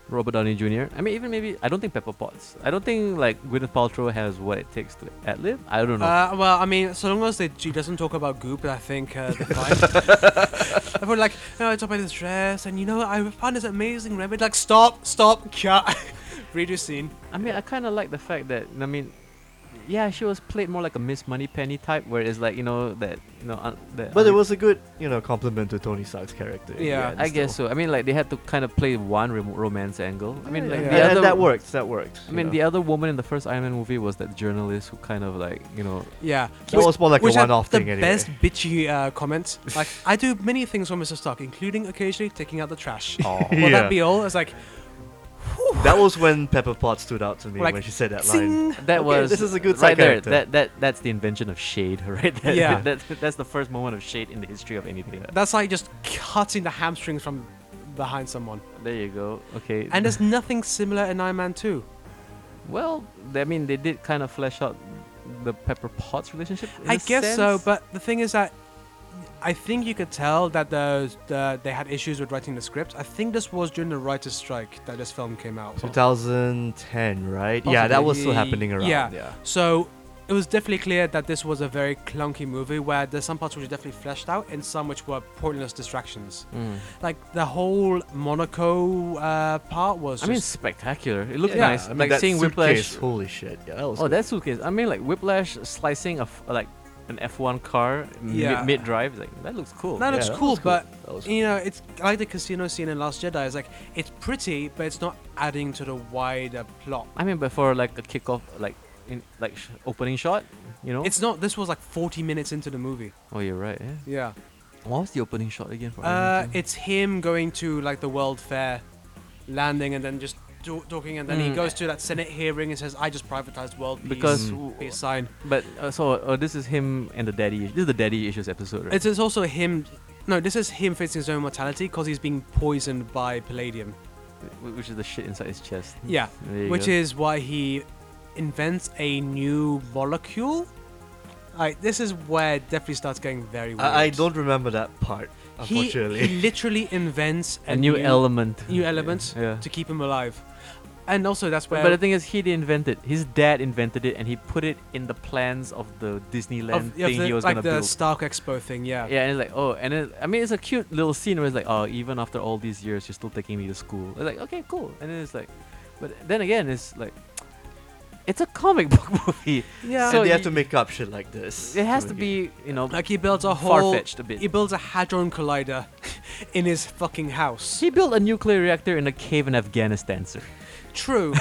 S3: Robert Downey Jr. I mean, even maybe I don't think Pepper Potts. I don't think like Gwyneth Paltrow has what it takes to ad lib. I don't know.
S2: Uh, well, I mean, so long as they, she doesn't talk about goop, I think uh, they're fine. Everyone like, no, I talk about this dress, and you know, I found this amazing remedy. Like, stop, stop, cut, redo scene.
S3: I mean, I kind of like the fact that I mean, yeah, she was played more like a Miss Moneypenny type, where it's like you know that you know un- that.
S1: But it
S3: un-
S1: was a good, you know, compliment to Tony Stark's character.
S2: Yeah.
S1: and
S3: I guess
S1: still-
S3: so. I mean, like they had to kind of play one rom- romance angle. I mean, like
S2: Yeah.
S1: And-
S3: the
S1: and
S3: other.
S1: that worked. That worked.
S3: I mean, the other woman in the first Iron Man movie was that journalist who kind of like you know
S2: Yeah.
S1: That was more like a
S2: Which had
S1: one-off
S2: the
S1: thing anyway.
S2: best bitchy uh, comment. Like, I do many things for Mr. Stark, including occasionally taking out the trash.
S3: Aw.
S2: Will
S1: Yeah.
S2: that be all? It's like,
S1: That was when Pepper Potts stood out to me
S2: Like,
S1: when she said that line.
S2: zing.
S3: That
S1: Okay,
S3: was
S1: this is a good
S3: right
S1: side
S3: there.
S1: character.
S3: That that that's the invention of shade, right? That,
S2: Yeah.
S3: that, that's the first moment of shade in the history of anything.
S2: That's like just cutting the hamstrings from behind someone.
S3: There you go. Okay.
S2: And there's nothing similar in Iron Man 2.
S3: well, I mean, they did kind of flesh out the Pepper Potts relationship. in
S2: I
S3: a
S2: guess so,
S3: sense?
S2: but the thing is that I think you could tell that the, the they had issues with writing the script. I think this was during the writer's strike that this film came out.
S1: 2010, right? Yeah, that
S3: Possibly.
S1: was still happening around.
S2: Yeah.
S1: yeah.
S2: So it was definitely clear that this was a very clunky movie where there's some parts which were definitely fleshed out and some which were pointless distractions.
S3: Mm.
S2: Like the whole Monaco uh, part was.
S3: I mean, it's
S2: just-
S3: spectacular. It looked
S2: Yeah,
S3: nice.
S1: I mean,
S3: like
S1: that
S3: seeing
S1: suitcase,
S3: Whiplash.
S1: Holy shit! Yeah, that was.
S3: Oh,
S1: good.
S3: that suitcase. I mean, like Whiplash slicing a f- like an F1 car
S2: Yeah.
S3: mid mid drive. Like that looks cool.
S2: that
S1: yeah,
S2: looks
S1: that
S2: cool,
S1: was cool.
S2: but
S1: That was
S2: you know, it's like the casino scene in Last Jedi. It's like it's pretty, but it's not adding to the wider plot.
S3: I mean, before like a kickoff, like in like sh- opening shot. You know.
S2: It's not. This was like 40 minutes into the movie.
S3: oh, you're right. Yeah.
S2: Yeah.
S3: What was the opening shot again? For
S2: Uh,
S3: Iron Man?
S2: it's him going to like the World Fair, landing, and then just do- talking, and then he
S3: Mm.
S2: goes to that Senate hearing and says, "I just privatized world peace."
S3: because
S1: Mm.
S3: w-
S2: peace sign.
S3: but uh, so uh, this is him and the daddy. This is the daddy issues episode. Right?
S2: It's, it's also him. No, this is him facing his own mortality because he's being poisoned by palladium.
S3: Wh- which is the shit inside his chest.
S2: Yeah,
S3: Hmm. There you
S2: which
S3: go.
S2: is why he invents a new molecule. Like this is where it definitely starts getting very weird.
S1: I, I don't remember that part,
S2: He,
S1: unfortunately.
S2: he literally invents
S3: a new, element.
S2: new element
S3: Yeah.
S2: to keep him alive, and also that's where
S3: But the thing is, he didn't invent it. His dad invented it, and he put it in the plans of the Disneyland
S2: of, yeah,
S3: thing
S2: the,
S3: he was
S2: like
S3: gonna
S2: the
S3: build.
S2: Stark Expo thing, yeah.
S3: yeah, and it's like, oh, and it, I mean, it's a cute little scene where it's like, oh, even after all these years, you're still taking me to school. It's like, okay, cool. And then it's like, but then again, it's like, it's a comic book movie.
S2: yeah.
S3: So
S1: and they have
S3: you-
S1: to make up shit like this.
S3: It has to be, you know,
S2: like he builds a
S3: far
S2: whole,
S3: fetched a bit.
S2: he builds a hadron collider in his fucking house.
S3: He built a nuclear reactor in a cave in Afghanistan, sir.
S2: True.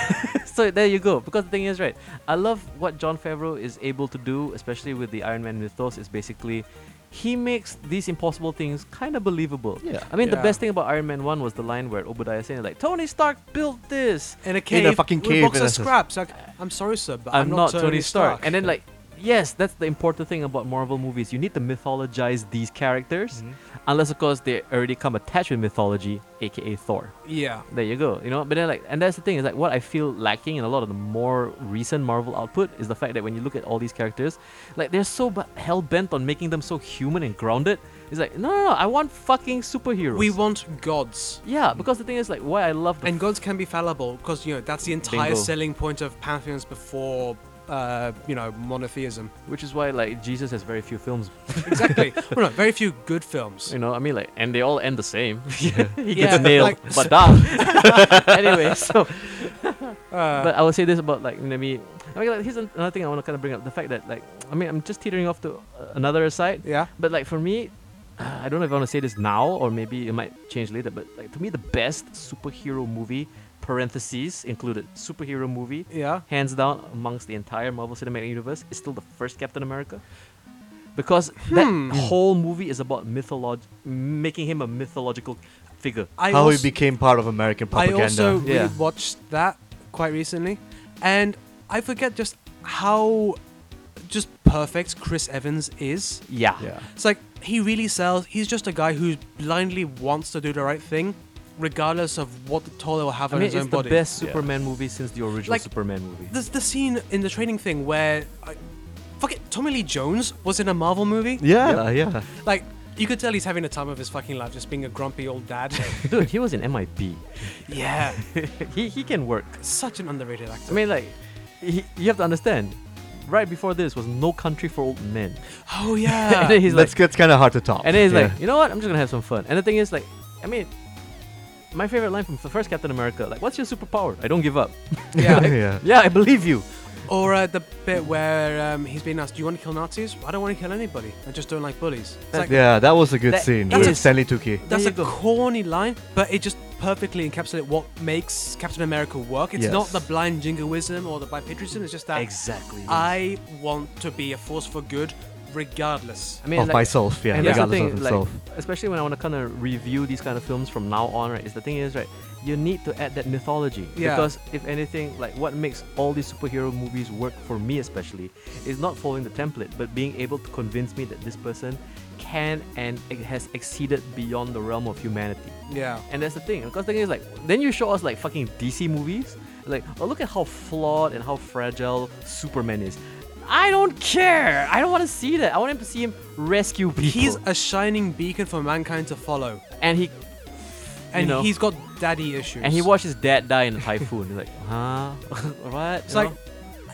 S3: so there you go. Because the thing is, right, I love what John Favreau is able to do, especially with the Iron Man mythos, is basically he makes these impossible things kind of believable.
S1: Yeah.
S3: I mean, the
S2: Yeah.
S3: best thing about Iron Man 1 was the line where Obadiah saying, like, Tony Stark built this.
S2: In a cave,
S1: In a fucking
S2: with
S1: cave,
S2: box
S1: and
S2: of
S1: it's a-
S2: scraps. Like, I'm sorry, sir, but I'm,
S3: I'm, not,
S2: Tony, Stark.
S3: And then, like, yes, that's the important thing about Marvel movies. You need to mythologize these characters,
S2: Mm-hmm.
S1: Mhm.
S3: unless, of course, they already come attached with mythology, aka Thor.
S2: yeah,
S3: There you go. You know, but then like, and that's the thing is like, what I feel lacking in a lot of the more recent Marvel output is the fact that when you look at all these characters, like they're so b- hell bent on making them so human and grounded. It's like, no, no, no, I want fucking superheroes.
S2: we want gods.
S3: Yeah, because the thing is like, why I love the
S2: And gods can be fallible because you know that's the entire
S3: Bingo.
S2: selling point of pantheons before uh, you know monotheism.
S3: which is why like Jesus has very few films.
S2: Exactly. well, no, very few good films.
S3: You know, I mean like, and they all end the same. yeah, he
S2: Yeah,
S3: gets nailed,
S2: like-
S3: but down. anyway, so
S2: Uh,
S3: but I would say this about like maybe. I mean, like, here's an- another thing I want to kind of bring up: the fact that like, I mean, I'm just teetering off to uh, another side.
S2: yeah,
S3: But like for me, uh, I don't know if I want to say this now or maybe it might change later. But like to me, the best superhero movie (parentheses included) superhero movie,
S2: yeah.
S3: hands down amongst the entire Marvel Cinematic Universe, is still the first Captain America. Because that
S2: Hmm.
S3: whole movie is about mytholog- making him a mythological figure.
S2: I
S1: How
S2: also,
S1: he became part of American propaganda.
S2: I also
S3: Yeah.
S2: rewatched that quite recently, and I forget just how just perfect Chris Evans is.
S3: Yeah.
S1: yeah.
S2: It's like he really sells. He's just a guy who blindly wants to do the right thing, regardless of what toll it will have
S3: I
S2: on
S3: mean,
S2: his
S3: it's
S2: own body.
S3: the best
S1: Yeah.
S3: Superman movie since the original
S2: Like,
S3: Superman movie.
S2: There's the scene in the training thing where, I, fuck it, Tommy Lee Jones was in a Marvel movie.
S1: Yeah, yeah.
S2: Like you could tell he's having the time of his fucking life, just being a grumpy old dad.
S3: Dude, he was in MIB.
S2: yeah,
S3: he, he can work.
S2: such an underrated actor.
S3: I mean, like, y you have to understand. Right before this was No Country for Old Men,
S2: oh yeah.
S3: and then he's
S1: That's,
S3: like,
S1: that's kind of hard to top.
S3: and then he's
S1: yeah.
S3: like, you know what? I'm just gonna have some fun. And the thing is, like, I mean, my favorite line from the first Captain America, like, what's your superpower? I don't give up.
S2: yeah.
S1: yeah.
S3: Yeah, I believe you.
S2: Or uh, the bit where um, he's being asked, "Do you want to kill Nazis?" I don't want to kill anybody. I just don't like bullies. It's like,
S1: Yeah, that was a good
S3: That-
S1: scene
S2: that
S1: with
S2: is-
S1: Stanley Tucci.
S2: That's
S3: There
S2: a
S3: you go.
S2: corny line, but it just perfectly encapsulates what makes Captain America work. It's
S1: Yes.
S2: not the blind jingoism or the bipatriotism. It's just that
S3: Exactly.
S2: I want to be a force for good, regardless.
S3: I mean,
S1: of
S3: like,
S1: myself, yeah,
S3: and that's the
S1: regardless
S3: thing,
S1: of
S3: like,
S1: himself.
S3: especially when I want to kind of review these kind of films from now on, right? Is the thing is, right? You need to add that mythology
S2: Yeah.
S3: because if anything, like what makes all these superhero movies work for me, especially, is not following the template, but being able to convince me that this person can and it has exceeded beyond the realm of humanity.
S2: Yeah.
S3: And that's the thing. Because the thing is, like, then you show us like fucking DC movies. Like, oh, look at how flawed and how fragile Superman is. I don't care. I don't want to see that. I want him to see him rescue people.
S2: He's a shining beacon for mankind to follow,
S3: and he
S2: and
S3: know.
S2: he's got daddy issues.
S3: and he watched his dad die in a typhoon. He's like, huh? what?
S2: It's like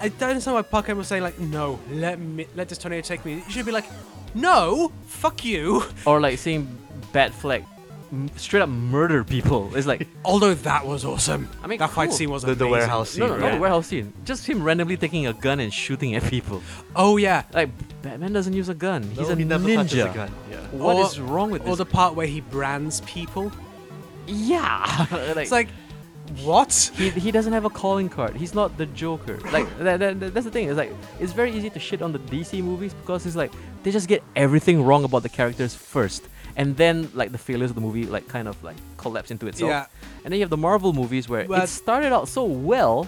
S2: I don't understand why Pokemon was saying like, no, let me let this tornado take me. You should be like, no, fuck you.
S3: or like seeing Batfleck m- straight up murder people. It's like
S2: Although that was awesome.
S3: I mean,
S2: that fight
S3: cool.
S2: scene was
S1: The- the
S2: amazing.
S1: warehouse scene,
S3: no, no, not
S1: right?
S3: the warehouse scene. Just him randomly taking a gun and shooting at people.
S2: Oh yeah.
S3: Like Batman doesn't use a gun. He's
S1: No,
S3: a
S1: he never touches
S3: ninja.
S1: a gun. Yeah.
S3: What
S2: Or-
S3: is wrong with
S2: Or
S3: this?
S2: the part where he brands people.
S3: yeah, like,
S2: It's like, what?
S3: he, he doesn't have a calling card. He's not the Joker. Like that, that, that- that's the thing. It's like it's very easy to shit on the DC movies because it's like they just get everything wrong about the characters first, and then like the failures of the movie like kind of like collapse into itself.
S2: Yeah.
S3: And then you have the Marvel movies where it
S2: But-
S3: started out so well.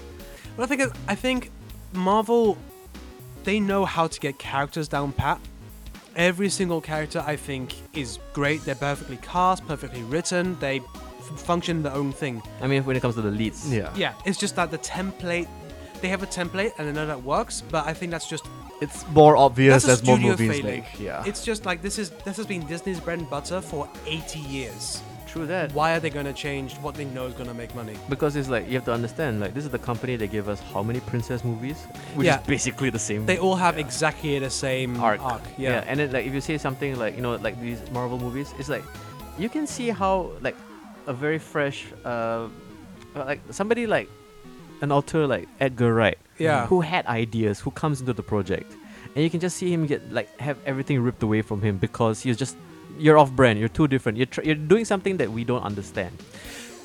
S2: But I think it- I think Marvel, they know how to get characters down pat. Every single character I think is great. They're perfectly cast, perfectly written. They f- function their own thing.
S3: I mean, when it comes to the leads,
S1: Yeah.
S2: Yeah, it's just that the template. They have a template and they know that works, but I think that's just
S1: It's more obvious
S2: that's a
S1: as more
S2: studio
S1: movies
S2: failing.
S1: make. Yeah.
S2: It's just like this is this has been Disney's bread and butter for 80 years.
S3: true that.
S2: Why are they going to change what they know is going to make money?
S3: Because it's like you have to understand, like this is the company that gave us how many princess movies, which
S2: Yeah.
S3: is basically the same.
S2: They all have exactly the same
S3: arc.
S2: Mm, arc. Yeah.
S3: and then like if you say something like you know like these Marvel movies, it's like you can see how like a very fresh, uh, uh, like somebody like an author like Edgar Wright,
S2: Yeah.
S3: who had ideas, who comes into the project, and you can just see him get like have everything ripped away from him because he's just you're off brand, you're too different, you're tr- you're doing something that we don't understand.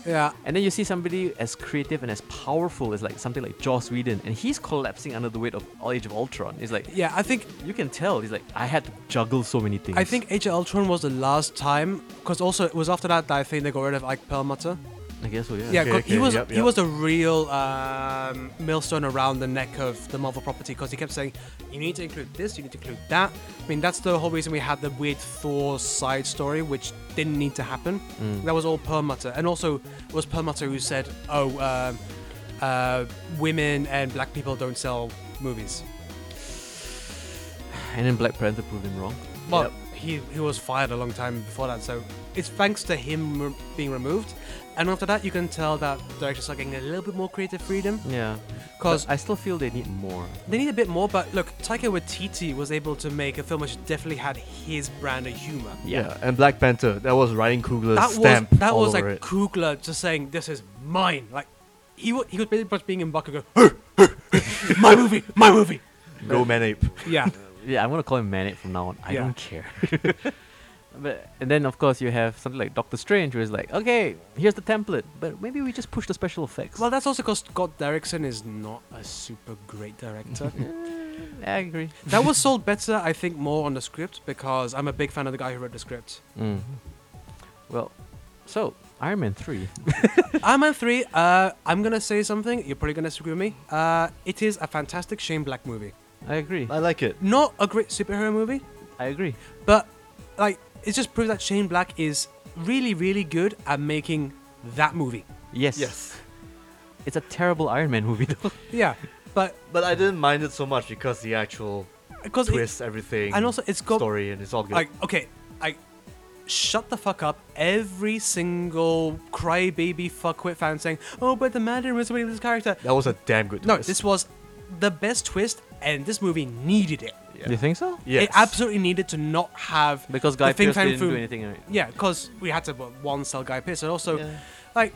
S2: yeah.
S3: And then you see somebody as creative and as powerful as like something like Joss Whedon, and he's collapsing under the weight of Age of Ultron. It's like
S2: Yeah, I think
S3: you can tell. He's like, I had to juggle so many things.
S2: I think Age of Ultron was the last time because also it was after that that I think they got rid of Ike Perlmutter.
S3: I guess so. Yeah.
S2: Yeah,
S1: Okay,
S2: 'cause he
S1: okay,
S2: was
S1: yep,
S2: he
S1: yep.
S2: was a real um, millstone around the neck of the Marvel property because he kept saying you need to include this, you need to include that. I mean that's the whole reason we had the weird Thor side story which didn't need to happen.
S3: Mm.
S2: That was all Perlmutter, and also it was Perlmutter who said, "Oh, um, uh, women and black people don't sell movies."
S3: And then Black Panther proved him wrong.
S2: Well, he, he was fired a long time before that, so it's thanks to him re- being removed. And after that, you can tell that directors are getting a little bit more creative freedom
S3: Yeah.
S2: because
S3: But I still feel they need more.
S2: they need a bit more. But look, Taika Waititi was able to make a film which definitely had his brand of humor.
S1: yeah. And Black Panther, that was Ryan Coogler's
S2: That
S1: stamp
S2: was that
S1: all
S2: was
S1: over
S2: like
S1: it.
S2: Kugler just saying, "This is mine." Like he wa he was pretty much being in Buck and go, "My movie, my movie."
S1: Go Manape.
S2: Yeah,
S3: Yeah, I'm gonna call him Manic from now on. I
S2: Yeah.
S3: don't care. but and then of course you have something like Doctor Strange, who is like, okay, here's the template, but maybe we just push the special effects.
S2: well, that's also because Scott Derrickson is not a super great director.
S3: Mm, I agree.
S2: that was sold better, I think, more on the script because I'm a big fan of the guy who wrote the script.
S3: Mm. Well, so Iron Man three.
S2: Iron Man 3, uh, I'm going to say something. You're probably going to disagree with me. Uh, it is a fantastic Shane Black movie.
S3: I agree.
S1: I like it.
S2: Not a great superhero movie,
S3: I agree.
S2: but like it just proves that Shane Black is really, really good at making that movie.
S3: Yes. It's a terrible Iron Man movie though.
S2: Yeah, but
S1: But I didn't mind it so much because the actual
S2: because it,
S1: twist, everything,
S2: and also it's got
S1: story, and it's all good.
S2: like okay, I shut the fuck up. Every single crybaby fuckwit fan saying, "Oh, but the Mandarin was really this character."
S1: that was a damn good.
S2: No,
S1: twist.
S2: this was the best twist, and this movie needed it.
S1: Yeah.
S3: You think so?
S1: Yes.
S2: It absolutely needed to not have
S3: Because Guy
S2: the thing
S3: Pearce
S2: time
S3: didn't
S2: food-
S3: do anything. Right?
S2: Yeah, because we had to well, one sell Guy Pearce, and also
S1: Yeah.
S2: like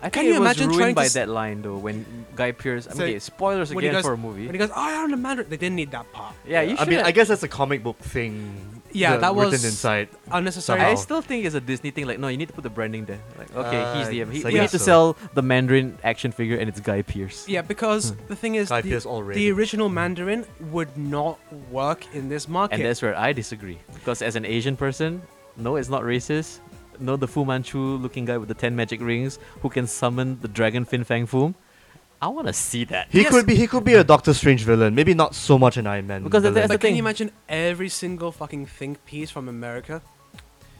S3: I
S2: Can
S3: think
S2: you
S3: it was
S2: imagine
S3: ruined
S2: trying to
S3: by
S2: s-
S3: that line though when Guy Pearce. I mean,
S2: So,
S3: okay, spoilers
S2: when he
S3: again
S2: goes
S3: for a
S2: when
S3: movie.
S2: he goes, "Oh, I'm the Mandarin," they didn't need that part.
S3: yeah, you
S1: I
S3: should.
S1: mean, I guess that's a comic book thing.
S2: Yeah,
S1: the-
S2: that was
S1: written inside.
S2: unnecessary.
S1: somehow.
S3: I still think it's a Disney thing. Like, no, you need to put the branding there. Like, okay,
S1: Uh,
S3: he's the. He,
S1: I
S3: we
S1: guess
S3: need to
S1: so.
S3: sell the Mandarin action figure, and it's Guy Pearce.
S2: Yeah, because
S3: Hmm.
S2: the thing is,
S1: Guy
S2: the,
S1: Pearce already.
S2: the original Mandarin would not work in this market.
S3: And that's where I disagree. Because as an Asian person, no, it's not racist. No, the Fu Manchu looking guy with the ten magic rings who can summon the dragon Fin Fang Foom. I want to see that.
S1: He
S2: Yes.
S1: could be. He could be a Doctor Strange villain. Maybe not so much an Iron Man.
S3: Because the-
S1: villain.
S3: that's
S2: but
S3: the
S2: can
S3: thing.
S2: you imagine every single fucking think piece from America?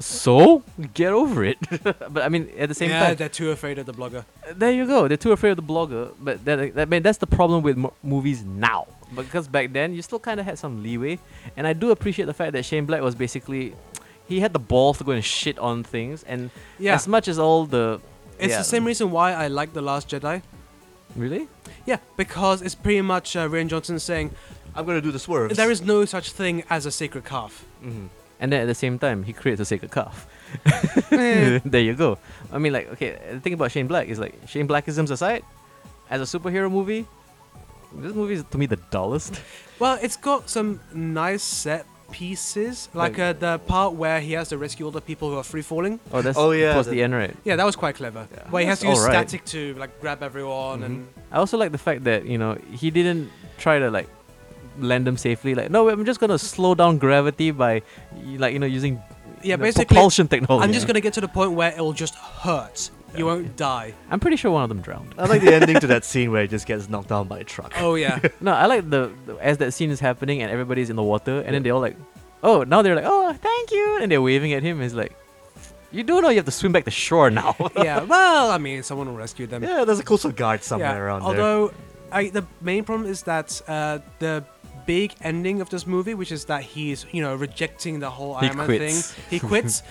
S3: So get over it. but I mean, at the same
S2: yeah,
S3: time,
S2: they're too afraid of the blogger.
S3: there you go. They're too afraid of the blogger. But that, that man, that's the problem with mo- movies now. Because back then, you still kind of had some leeway. And I do appreciate the fact that Shane Black was basically, he had the balls to go and shit on things. And
S2: Yeah.
S3: as much as all the,
S2: It's
S3: yeah.
S2: the same reason why I like The Last Jedi.
S3: Really?
S2: Yeah, because it's pretty much uh, Rian Johnson saying
S1: I'm gonna do the swerve.
S2: there is no such thing as a sacred calf.
S3: Mm-hmm. And then at the same time, he creates a sacred calf.
S2: Eh.
S3: there you go. I mean, like, okay, the thing about Shane Black is like, Shane Blackisms aside, as a superhero movie, this movie is to me the dullest.
S2: Well, it's got some nice set pieces, like
S3: Like-
S2: uh, the part where he has to rescue all the people who are free falling.
S3: Oh, that's
S1: Oh, yeah,
S3: towards
S1: the-
S3: the end, right?
S2: Yeah, that was quite clever.
S1: Yeah.
S2: Where he has to
S3: That's
S2: use
S3: alright. Mm-hmm.
S2: static to like grab everyone and
S3: I also like the fact that you know he didn't try to like land them safely. Like, no, I'm just gonna slow down gravity by y- like you know using you
S2: yeah,
S3: know,
S2: basically.
S3: propulsion technology.
S2: I'm just gonna get to the point where it'll just hurt. You won't die.
S3: I'm pretty sure one of them drowned.
S1: I like the ending to that scene where he just gets knocked down by a truck.
S2: Oh yeah.
S3: No, I like the, the as that scene is happening and everybody's in the water and then they all like, oh, now they're like, oh, thank you, and they're waving at him. It's like, you do know you have to swim back to shore now.
S2: yeah. Well, I mean, someone will rescue them.
S1: Yeah, there's a coastal guard somewhere
S2: Yeah,
S1: around there.
S2: Although, I, the main problem is that uh, the big ending of this movie, which is that he's you know rejecting the whole
S3: He
S2: Iron Man
S3: quits.
S2: thing, he quits,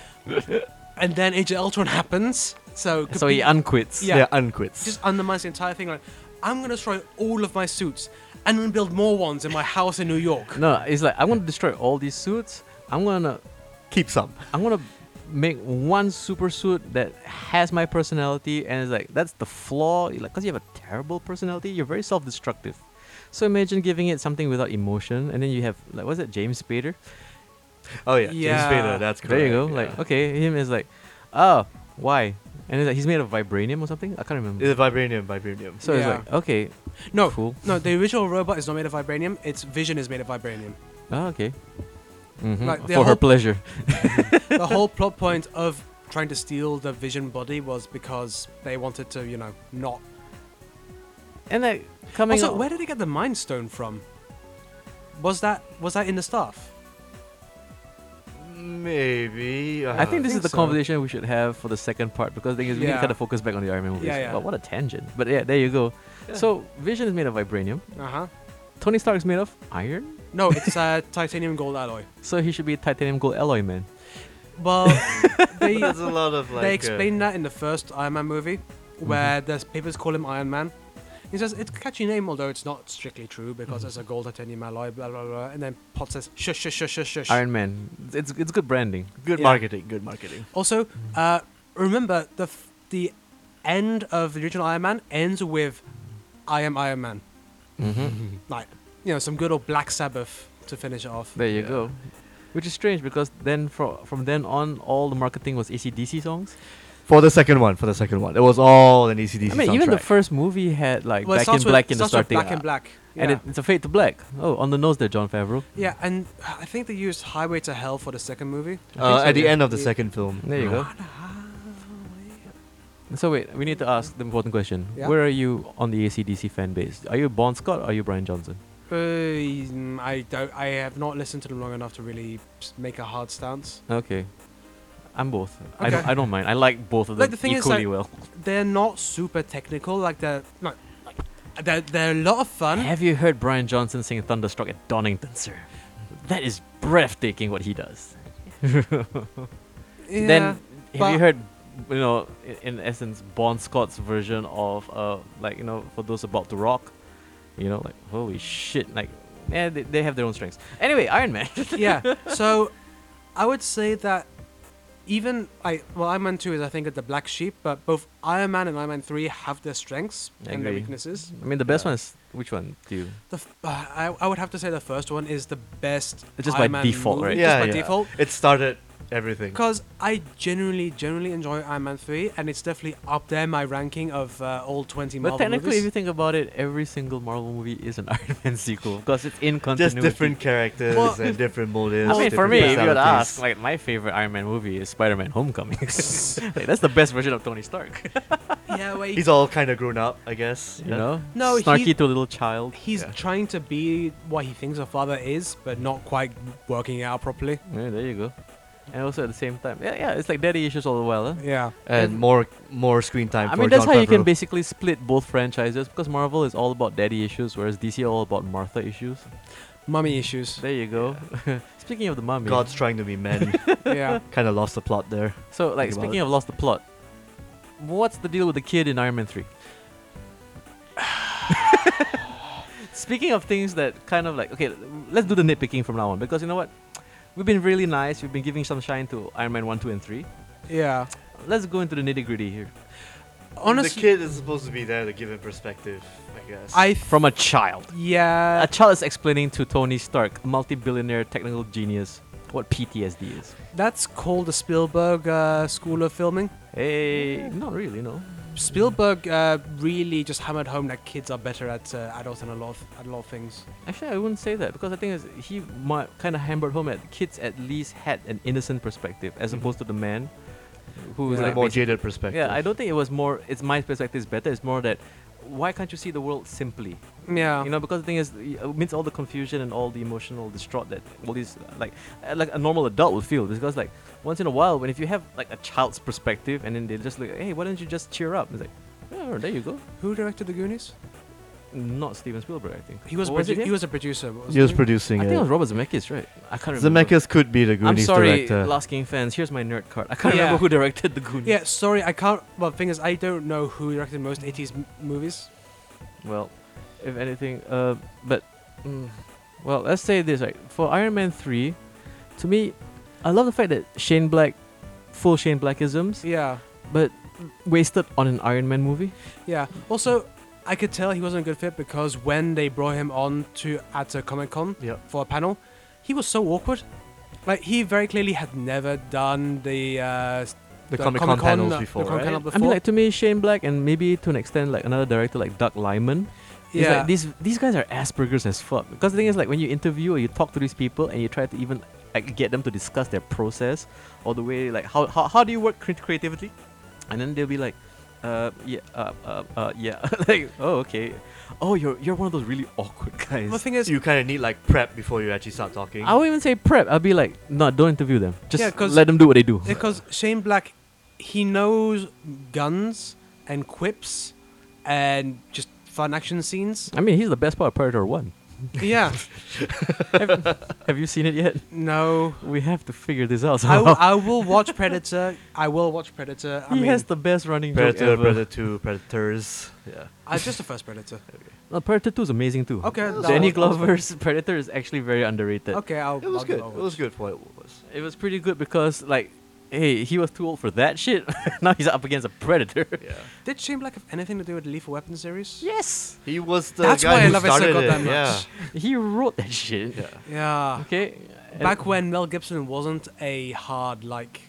S2: and then Age of Ultron happens. So it could
S3: so he
S2: be-
S3: unquits.
S2: yeah.
S1: Yeah, unquits.
S2: just undermines the entire thing. Like, I'm gonna destroy all of my suits and then build more ones in my house in New York.
S3: No, it's like I'm gonna destroy all these suits. I'm gonna
S1: Keep some.
S3: I'm gonna make one super suit that has my personality, and it's like that's the flaw. Like, cause you have a terrible personality, you're very self-destructive. So imagine giving it something without emotion, and then you have like what's it, James Spader?
S1: Oh yeah,
S2: Yeah.
S1: James Spader. That's correct.
S3: There you go.
S1: yeah.
S3: Like, okay, him is like, oh, why? And it's like he's made of vibranium or something. I can't remember.
S1: It's vibranium, vibranium.
S3: so
S2: Yeah.
S3: it's like, okay,
S2: No,
S3: cool.
S2: no, the original robot is not made of vibranium. Its Vision is made of vibranium.
S3: Oh, okay. Mhm,
S2: Like, the
S3: For her
S2: whole-
S3: pleasure.
S2: the whole plot point of trying to steal the Vision body was because they wanted to, you know, not
S3: And like coming.
S2: Also,
S3: on-
S2: where did he get the Mind Stone from? Was that was that in the staff?
S1: Maybe.
S3: I think this
S2: think
S3: is the
S2: so.
S3: conversation we should have for the second part because the thing is we need to
S2: Yeah.
S3: kind of focus back on the Iron Man movies.
S2: Yeah, yeah.
S3: Wow, what a tangent. But yeah, there you go.
S1: Yeah.
S3: So Vision is made of vibranium.
S2: Uh huh.
S3: Tony Stark is made of iron.
S2: No, it's uh, titanium gold alloy.
S3: So he should be a titanium gold alloy man.
S2: Well, they
S1: Uh, There's a lot of like.
S2: they
S1: explain.
S2: explain that in the first Iron Man movie, where the papers call him Iron Man. He says it's a catchy name, although it's not strictly true because it's a gold titanium alloy. Blah blah blah. And then Pot says shush shush shush shush shush.
S3: Iron Man. It's it's good branding.
S1: good
S2: yeah.
S1: marketing. Good marketing.
S2: Also,
S3: Mm-hmm.
S2: uh, remember the f- the end of the original Iron Man ends with I am Iron Man.
S3: Mm-hmm.
S2: like you know some good old Black Sabbath to finish it off.
S3: There you
S1: Yeah.
S3: go. Which is strange because then from from then on all the marketing was ACDC songs.
S1: For the second one, for the second one, it was all an ECDC
S3: I mean,
S1: soundtrack.
S3: even the first movie had like
S2: Well, it
S3: black in
S2: starts with-
S3: black in the
S2: starts with
S3: starting.
S2: Black and black. Yeah.
S3: And it, it's a fade to black. Oh, on the nose there, John Favreau.
S2: yeah, and I think they used Highway to Hell for the second movie.
S1: uh,
S3: so,
S1: at the
S3: yeah.
S1: end of the
S2: Yeah.
S1: second film. Uh-huh.
S3: There you go. So wait, we need to ask the important question.
S2: Yeah.
S3: Where are you on the ACDC fan base? Are you Bon Scott or are you Brian Johnson?
S2: Uh, mm, I don't. I have not listened to them long enough to really s- make a hard stance.
S3: Okay. I'm both. I, don't,
S2: Okay.
S3: I don't mind. I like both of them
S2: Like, the thing is,
S3: equally
S2: like,
S3: well.
S2: They're not super technical. Like they're like, like they're, they're a lot of fun.
S3: Have you heard Brian Johnson sing Thunderstruck at Donington, sir? That is breathtaking what he does.
S2: Yeah.
S3: then have you
S2: but-
S3: heard you know i- in essence Bon Scott's version of uh like you know for those about to rock, you know like holy shit like yeah they, they have their own strengths. Anyway, Iron Man.
S2: yeah. So I would say that even I well Iron Man 2 is I think the black sheep, but both Iron Man and Iron Man 3 have their strengths
S3: I
S2: and their
S3: agree.
S2: weaknesses.
S3: I mean the best
S1: Yeah.
S3: one is which one do you?
S2: The f- uh, I, I would have to say the first one is the best
S3: It's just
S2: Iron
S3: by
S2: Man
S3: default,
S2: movie,
S3: right?
S1: Yeah,
S2: just by
S1: yeah.
S2: default.
S1: It started everything.
S2: Because I generally, generally enjoy Iron Man 3, and it's definitely up there in my ranking of uh, all 20
S3: But
S2: Marvel
S3: technically, if you
S2: movies.
S3: think about it, every single Marvel movie is an Iron Man sequel because it's in
S1: Just
S3: continuity.
S1: different characters
S2: Well-
S1: and different
S3: I
S1: motives.
S3: mean, for
S1: different
S3: me, if you were to
S1: personalities.
S3: ask, like my favorite Iron Man movie is Spider-Man: Homecoming. like, that's the best version of Tony Stark.
S2: yeah, wait,
S1: he's all kind of grown up, I guess.
S3: You
S1: Yeah.
S3: know,
S2: No, he-
S3: snarky to a little child.
S2: he's
S1: yeah.
S2: trying to be what he thinks a father is, but not quite working it out properly.
S3: Yeah, there you go. and also at the same time, yeah, yeah, it's like daddy issues all the while. Huh?
S2: Yeah.
S1: and more more screen time.
S3: I
S1: for
S3: mean, that's
S1: John
S3: how you can
S1: Favreau.
S3: basically split both franchises because Marvel is all about daddy issues, whereas DC are all about Martha issues.
S2: Mummy issues.
S3: There you go. speaking of the mummy,
S1: God's trying to be man.
S2: yeah.
S1: kind of lost the plot there.
S3: so like
S1: think about
S3: speaking of lost the plot, what's the deal with the kid in Iron Man three? speaking of things that kind of like okay, l- let's do the nitpicking from now on because you know what, we've been really nice. We've been giving some shine to Iron Man one, two, and three.
S2: Yeah.
S3: Let's go into the nitty gritty here
S2: Honestly,
S1: kid is supposed to be there to give him perspective, I guess.
S2: I th-
S3: from a child.
S2: yeah.
S3: A child is explaining to Tony Stark, multi-billionaire technical genius, what PTSD is.
S2: That's called the Spielberg uh, School of Filming.
S3: Hey, not really, no.
S2: Spielberg uh, really just hammered home that kids are better at uh, adults and a lot of, at a lot of things.
S3: Actually, I wouldn't say that because I think it's- he might kind of hammered home at kids at least had an innocent perspective as opposed to the man who was
S2: Mm-hmm. Yeah.
S1: a
S3: like
S1: more
S3: basi-
S1: jaded perspective.
S3: Yeah, I don't think it was more. It's my perspective is better. It's more that why can't you see the world simply?
S2: Yeah.
S3: You know, because the thing is, y- amidst all the confusion and all the emotional distraught that all these, uh, like, uh, like a normal adult would feel, because like once in a while, when if you have like a child's perspective, and then they just like, hey, why don't you just cheer up? It's like, oh, there you go.
S2: Who directed the Goonies?
S3: Not Steven Spielberg, I think.
S2: He was,
S3: Or was
S2: produ-
S3: it him?
S2: he was a producer. wasn't
S1: He was producing
S3: I
S1: it.
S3: think it was Robert Zemeckis, right? I can't remember.
S1: Zemeckis could be the
S3: I'm
S1: Goonies
S3: sorry,
S1: director.
S3: Last King fans. Here's my nerd card. I can't
S2: Oh, Yeah.
S3: remember who directed the Goonies.
S2: Yeah, sorry, I can't. Well, thing is, I don't know who directed most 80s m- movies.
S3: Well, if anything, uh, but mm, well, let's say this right for Iron Man three. To me, I love the fact that Shane Black, full Shane Blackisms,
S2: Yeah,
S3: but wasted on an Iron Man movie.
S2: yeah. Also, I could tell he wasn't a good fit because when they brought him on to at a Comic Con
S1: Yep.
S2: for a panel, he was so awkward. Like he very clearly had never done the uh,
S1: The
S2: the
S1: Comic Con
S2: Comic-Con,
S1: panels
S2: uh, the
S1: before,
S2: Comic-Con
S1: right?
S2: panel
S3: I mean,
S2: before.
S3: like to me, Shane Black and maybe to an extent like another director like Doug Lyman. It's
S2: yeah
S3: like these these guys are Aspergers as fuck. Because the thing is like when you interview or you talk to these people and you try to even like get them to discuss their process or the way like how how, how do you work crit- creatively, and then they'll be like, uh yeah uh uh, uh yeah like oh okay, oh you're you're one of those really awkward guys.
S2: the thing is,
S1: You kind of need like prep before you actually start talking.
S3: I won't even say prep. I'll be like no, don't interview them. Just
S2: Yeah, 'cause-
S3: let them do what they do.
S2: because Shane Black, he knows guns and quips and just fun action scenes.
S3: I mean, he's the best part of Predator One.
S2: yeah,
S3: have, have you seen it yet?
S2: no.
S3: We have to figure this out.
S2: I,
S3: somehow.
S2: w- I will watch Predator. I will watch Predator. I
S3: he
S2: mean,
S3: has the best running joke
S1: Predator,
S3: ever.
S1: Predator 2, Predators. Yeah.
S2: I just the first Predator.
S3: No, Predator 2 is amazing too.
S2: Okay, that
S3: Danny
S2: was- that was fun.
S3: Glover's Predator is actually very underrated.
S2: Okay, I'll.
S1: It was
S2: I'll
S1: good.
S2: give
S1: It
S2: a watch.
S1: was good for what it was.
S3: It was pretty good because, like, hey, he was too old for that shit. now he's up against a Predator.
S1: Yeah.
S2: Did Shane Black have anything to do with Lethal Weapon series?
S3: Yes!
S1: He was the
S2: That's
S1: guy
S2: why I
S1: who
S2: love it so
S1: started
S2: goddamn
S1: it. Yeah.
S2: much.
S3: He wrote that shit.
S1: Yeah.
S2: Yeah.
S3: Okay. and-
S2: Back when Mel Gibson wasn't a hard like,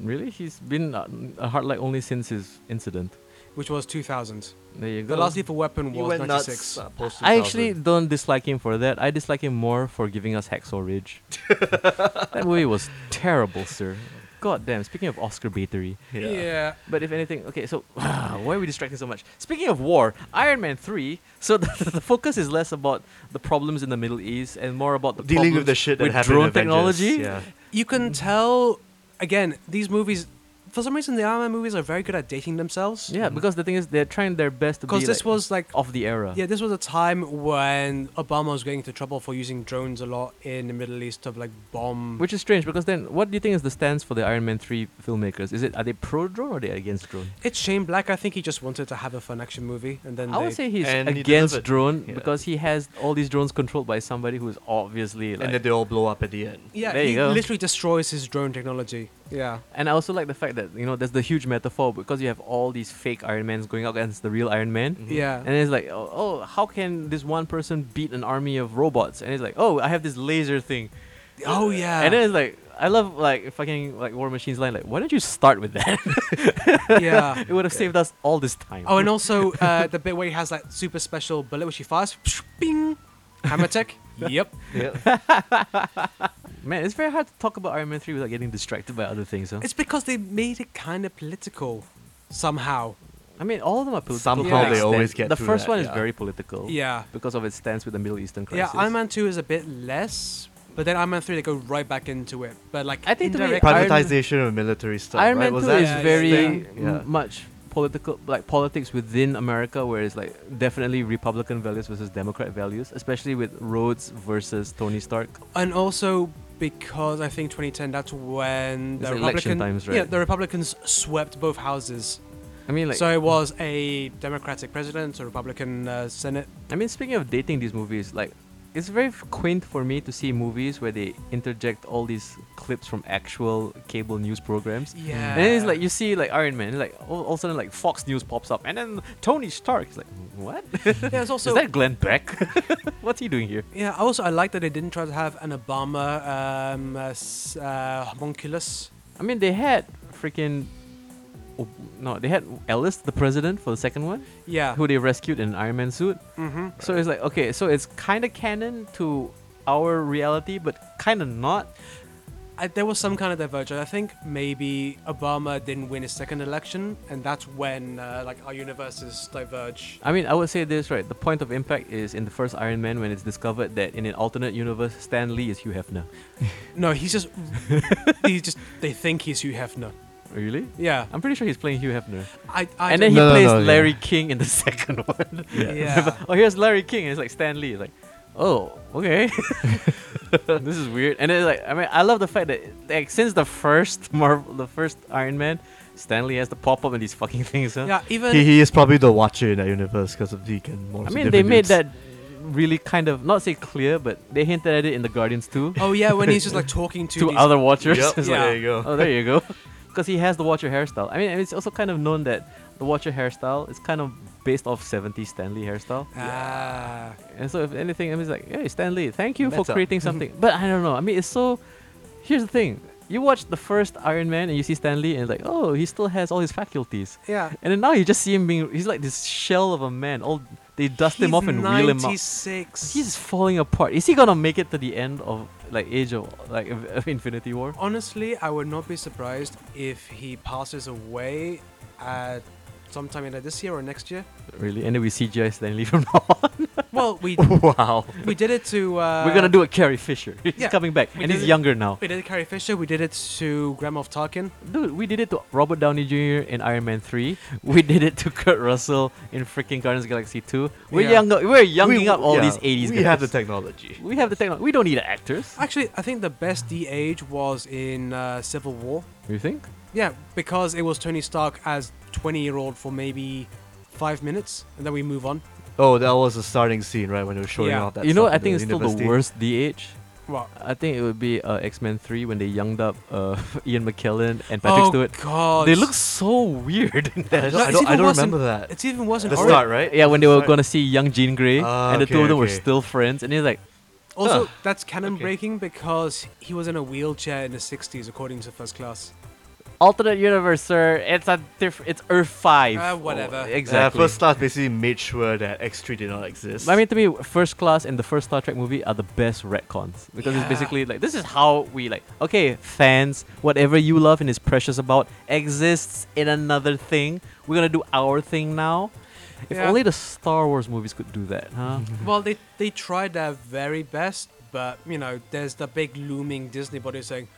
S3: Really? He's been uh, a hard like only since his incident.
S2: which was 2000.
S3: There you go.
S2: The last Lethal Weapon
S1: He
S2: was
S1: went
S2: 96.
S1: nuts. uh, post
S3: I actually
S1: 2000.
S3: don't dislike him for that. I dislike him more for giving us Hacksaw Ridge. that movie was terrible, sir. God damn. Speaking of Oscar baitery.
S1: Yeah.
S3: But if anything, okay, so why are we distracting so much? Speaking of war, Iron Man 3, so the, the focus is less about the problems in the Middle East and more about the
S1: Dealing with
S3: problems
S1: the shit that
S3: with
S1: happened
S3: drone
S1: in Avengers,
S3: technology.
S1: Yeah.
S2: You can tell. Again, these movies, for some reason, the Iron Man movies are very good at dating themselves.
S3: Yeah, because the thing is, they're trying their best to be
S2: Because this
S3: like,
S2: was like
S3: of the era.
S2: Yeah, this was a time when Obama was getting into trouble for using drones a lot in the Middle East to like bomb.
S3: Which is strange because then, what do you think is the stance for the Iron Man 3 filmmakers? Is it are they pro drone or are they against drone?
S2: it's Shane Black. I think he just wanted to have a fun action movie, and then
S3: I would
S2: they-
S3: say he's
S1: And he
S3: against
S1: delivered.
S3: drone
S1: Yeah.
S3: because he has all these drones controlled by somebody who's obviously like
S1: and then they all blow up at the end.
S2: yeah,
S3: There you
S2: he
S3: go.
S2: literally destroys his drone technology. Yeah,
S3: And I also like the fact that you know there's the huge metaphor because you have all these fake Iron Mans going up against the real Iron Man,
S1: Mhm.
S2: yeah,
S3: Mm-hmm. and it's like, oh, oh, how can this one person beat an army of robots? And it's like, oh, I have this laser thing.
S2: oh yeah,
S3: And then it's like, I love like fucking like War Machine's line, like, why don't you start with that?
S2: yeah.
S3: it would have saved us all this time.
S2: Oh, and also uh, the bit where he has that super special bullet which he fires, bing, hammer tech. yep.
S1: Yeah.
S3: man, it's very hard to talk about Iron Man three without getting distracted by other things. Huh?
S2: It's because they made it kind of political, somehow.
S3: I mean, all of them are political. to
S1: Somehow
S3: an
S2: they
S1: always get
S3: extent. the
S1: through
S3: first
S1: that,
S3: one is
S1: yeah.
S3: very political.
S2: Yeah.
S3: Because of its stance with the Middle Eastern Oh, crisis.
S2: Yeah, Iron Man 2 is a bit less But then Iron Man 3, they go right back into it. But like,
S3: I think the way
S2: indirect-
S3: Iron-
S1: Privatization of military stuff.
S3: Iron
S1: right?
S3: Man
S1: Was
S3: Two
S1: that
S3: is
S1: his
S2: Yeah,
S3: very um,
S1: thing?
S3: m-
S1: Yeah.
S3: much political, like politics within America, where it's like definitely Republican values versus Democrat values, especially with Rhodes versus Tony Stark.
S2: and also because I think 2010, that's when
S3: It's
S2: the
S3: election
S2: Republican,
S3: times,
S2: yeah,
S3: right?
S2: the Republicans swept both houses.
S3: I mean, like,
S2: so it was a Democratic president, a Republican uh, Senate.
S3: I mean, speaking of dating these movies, like, it's very f- quaint for me to see movies where they interject all these clips from actual cable news programs.
S2: Yeah.
S3: And then it's like you see like Iron Man, like all, all of a sudden like Fox News pops up, and then Tony Stark is like, what?
S2: yeah, there's also
S3: is that Glenn Beck? What's he doing here?
S2: Yeah, I also I like that they didn't try to have an Obama um, uh, s- uh, homunculus.
S3: I mean, they had freaking. oh, No, they had Ellis, the president, for the second one,
S1: Ah.
S2: Yeah.
S3: who they rescued in an Iron Man suit.
S2: mm-hmm.
S3: So it's like, okay, so it's kind of canon to our reality, but kind of not.
S2: I, there was some kind of divergence. I think maybe Obama didn't win his second election, and that's when uh, like our universes diverge.
S3: I mean, I would say this, right? The point of impact is in the first Iron Man when it's discovered that in an alternate universe, Stan Lee is Hugh Hefner.
S2: No, he's just he just they think he's Hugh Hefner.
S3: Really?
S2: Yeah,
S3: I'm pretty sure he's playing Hugh Hefner.
S2: I, I
S3: and then he
S2: don't-
S1: No, no,
S3: plays
S1: no, yeah.
S3: Larry King in the second one.
S2: Yeah.
S3: oh, here's Larry King. And it's like Stan Lee. Like, oh, okay. this is weird. And then like, I mean, I love the fact that like since the first Marvel, the first Iron Man, Stan Lee has to pop up in these fucking things. Huh?
S2: yeah, even
S1: He, he is probably the watcher in that universe because of Deacon. More
S3: I
S1: so
S3: mean, they
S1: different
S3: made
S1: dudes.
S3: that really kind of not say clear, but they hinted at it in the Guardians too.
S2: oh yeah, when he's just like talking to
S3: to
S2: these-
S3: other Watchers.
S1: Yep,
S3: It's
S2: Yeah.
S1: There you go.
S3: Oh, there you go. Because he has the Watcher hairstyle. I mean, it's also kind of known that the Watcher hairstyle is kind of based off 70s Stanley hairstyle.
S2: Ah,
S3: And so, if anything, I'm just like, hey, Stanley, thank you
S1: Meta.
S3: for creating something. but I don't know. I mean, it's so. Here's the thing. You watch the first Iron Man and you see Stanley and like, oh, he still has all his faculties.
S2: yeah.
S3: And then now you just see him being, he's like this shell of a man. All they dust him
S2: He's
S3: off and reel him out.
S2: 96.
S3: He's falling apart. Is he gonna make it to the end of like Age of like of- of Infinity War?
S2: Honestly, I would not be surprised if he passes away at sometime either this year or next year.
S3: Really? And then we CGI Stanley from now on.
S2: Well, we
S1: wow.
S2: we did it to uh,
S3: We're gonna do a Carrie Fisher. He's
S2: yeah,
S3: coming back,
S2: we
S3: and
S2: did
S3: he's
S2: it.
S3: younger now.
S2: We did it to Carrie Fisher. We did it to Graham Moff Tarkin.
S3: Dude, we did it to Robert Downey Jr. in Iron Man 3. We did it to Kurt Russell in freaking Guardians of the Galaxy 2. We're
S2: Yeah.
S3: young, we're younging
S1: We-
S3: up all
S1: yeah,
S3: these 80s
S1: We
S3: guys.
S1: have the technology.
S3: we have the technology. We don't need actors.
S2: Actually, I think the best de age was in uh, Civil War.
S3: You think?
S2: Yeah, because it was Tony Stark as twenty year old for maybe five minutes, and then we move on.
S1: Oh, that was the starting scene, right? When they were showing
S2: Yeah.
S1: off that.
S3: you know,
S1: stuff
S3: I
S1: in
S3: think it's still the
S1: university.
S3: worst DH.
S2: Well,
S3: I think it would be uh, X Men 3 when they younged up uh, Ian McKellen and Patrick
S2: oh
S3: Stewart.
S2: God,
S3: They look so weird in
S1: I don't,
S3: that.
S2: No,
S1: I
S2: it's
S1: don't, I
S2: even
S1: don't
S2: worse in-
S1: remember that.
S2: It's even worse than
S1: the
S2: Orange.
S1: start, right?
S3: Yeah, when they were
S1: Sorry.
S3: gonna see young Jean Grey,
S1: Ah,
S3: and the two of
S1: okay,
S3: them were
S1: okay.
S3: still friends, and he's like,
S2: Also,
S3: Ugh.
S2: that's canon
S1: Okay.
S2: breaking because he was in a wheelchair in the 60s, according to First Class.
S3: "Alternate universe, sir. It's a diff- It's Earth Five.
S2: Ah, whatever.
S3: Oh,
S1: Yeah,
S3: exactly.
S1: first class basically made sure that X three did not exist.
S3: I mean, to me, first class and the first Star Trek movie are the best retcons because
S2: Yeah.
S3: it's basically like this is how we like. Okay, fans, whatever you love and is precious about exists in another thing. We're gonna do our thing now. If
S2: Yeah.
S3: only the Star Wars movies could do that, huh?
S2: Well, they, they tried their very best, but, you know, there's the big looming Disney body saying,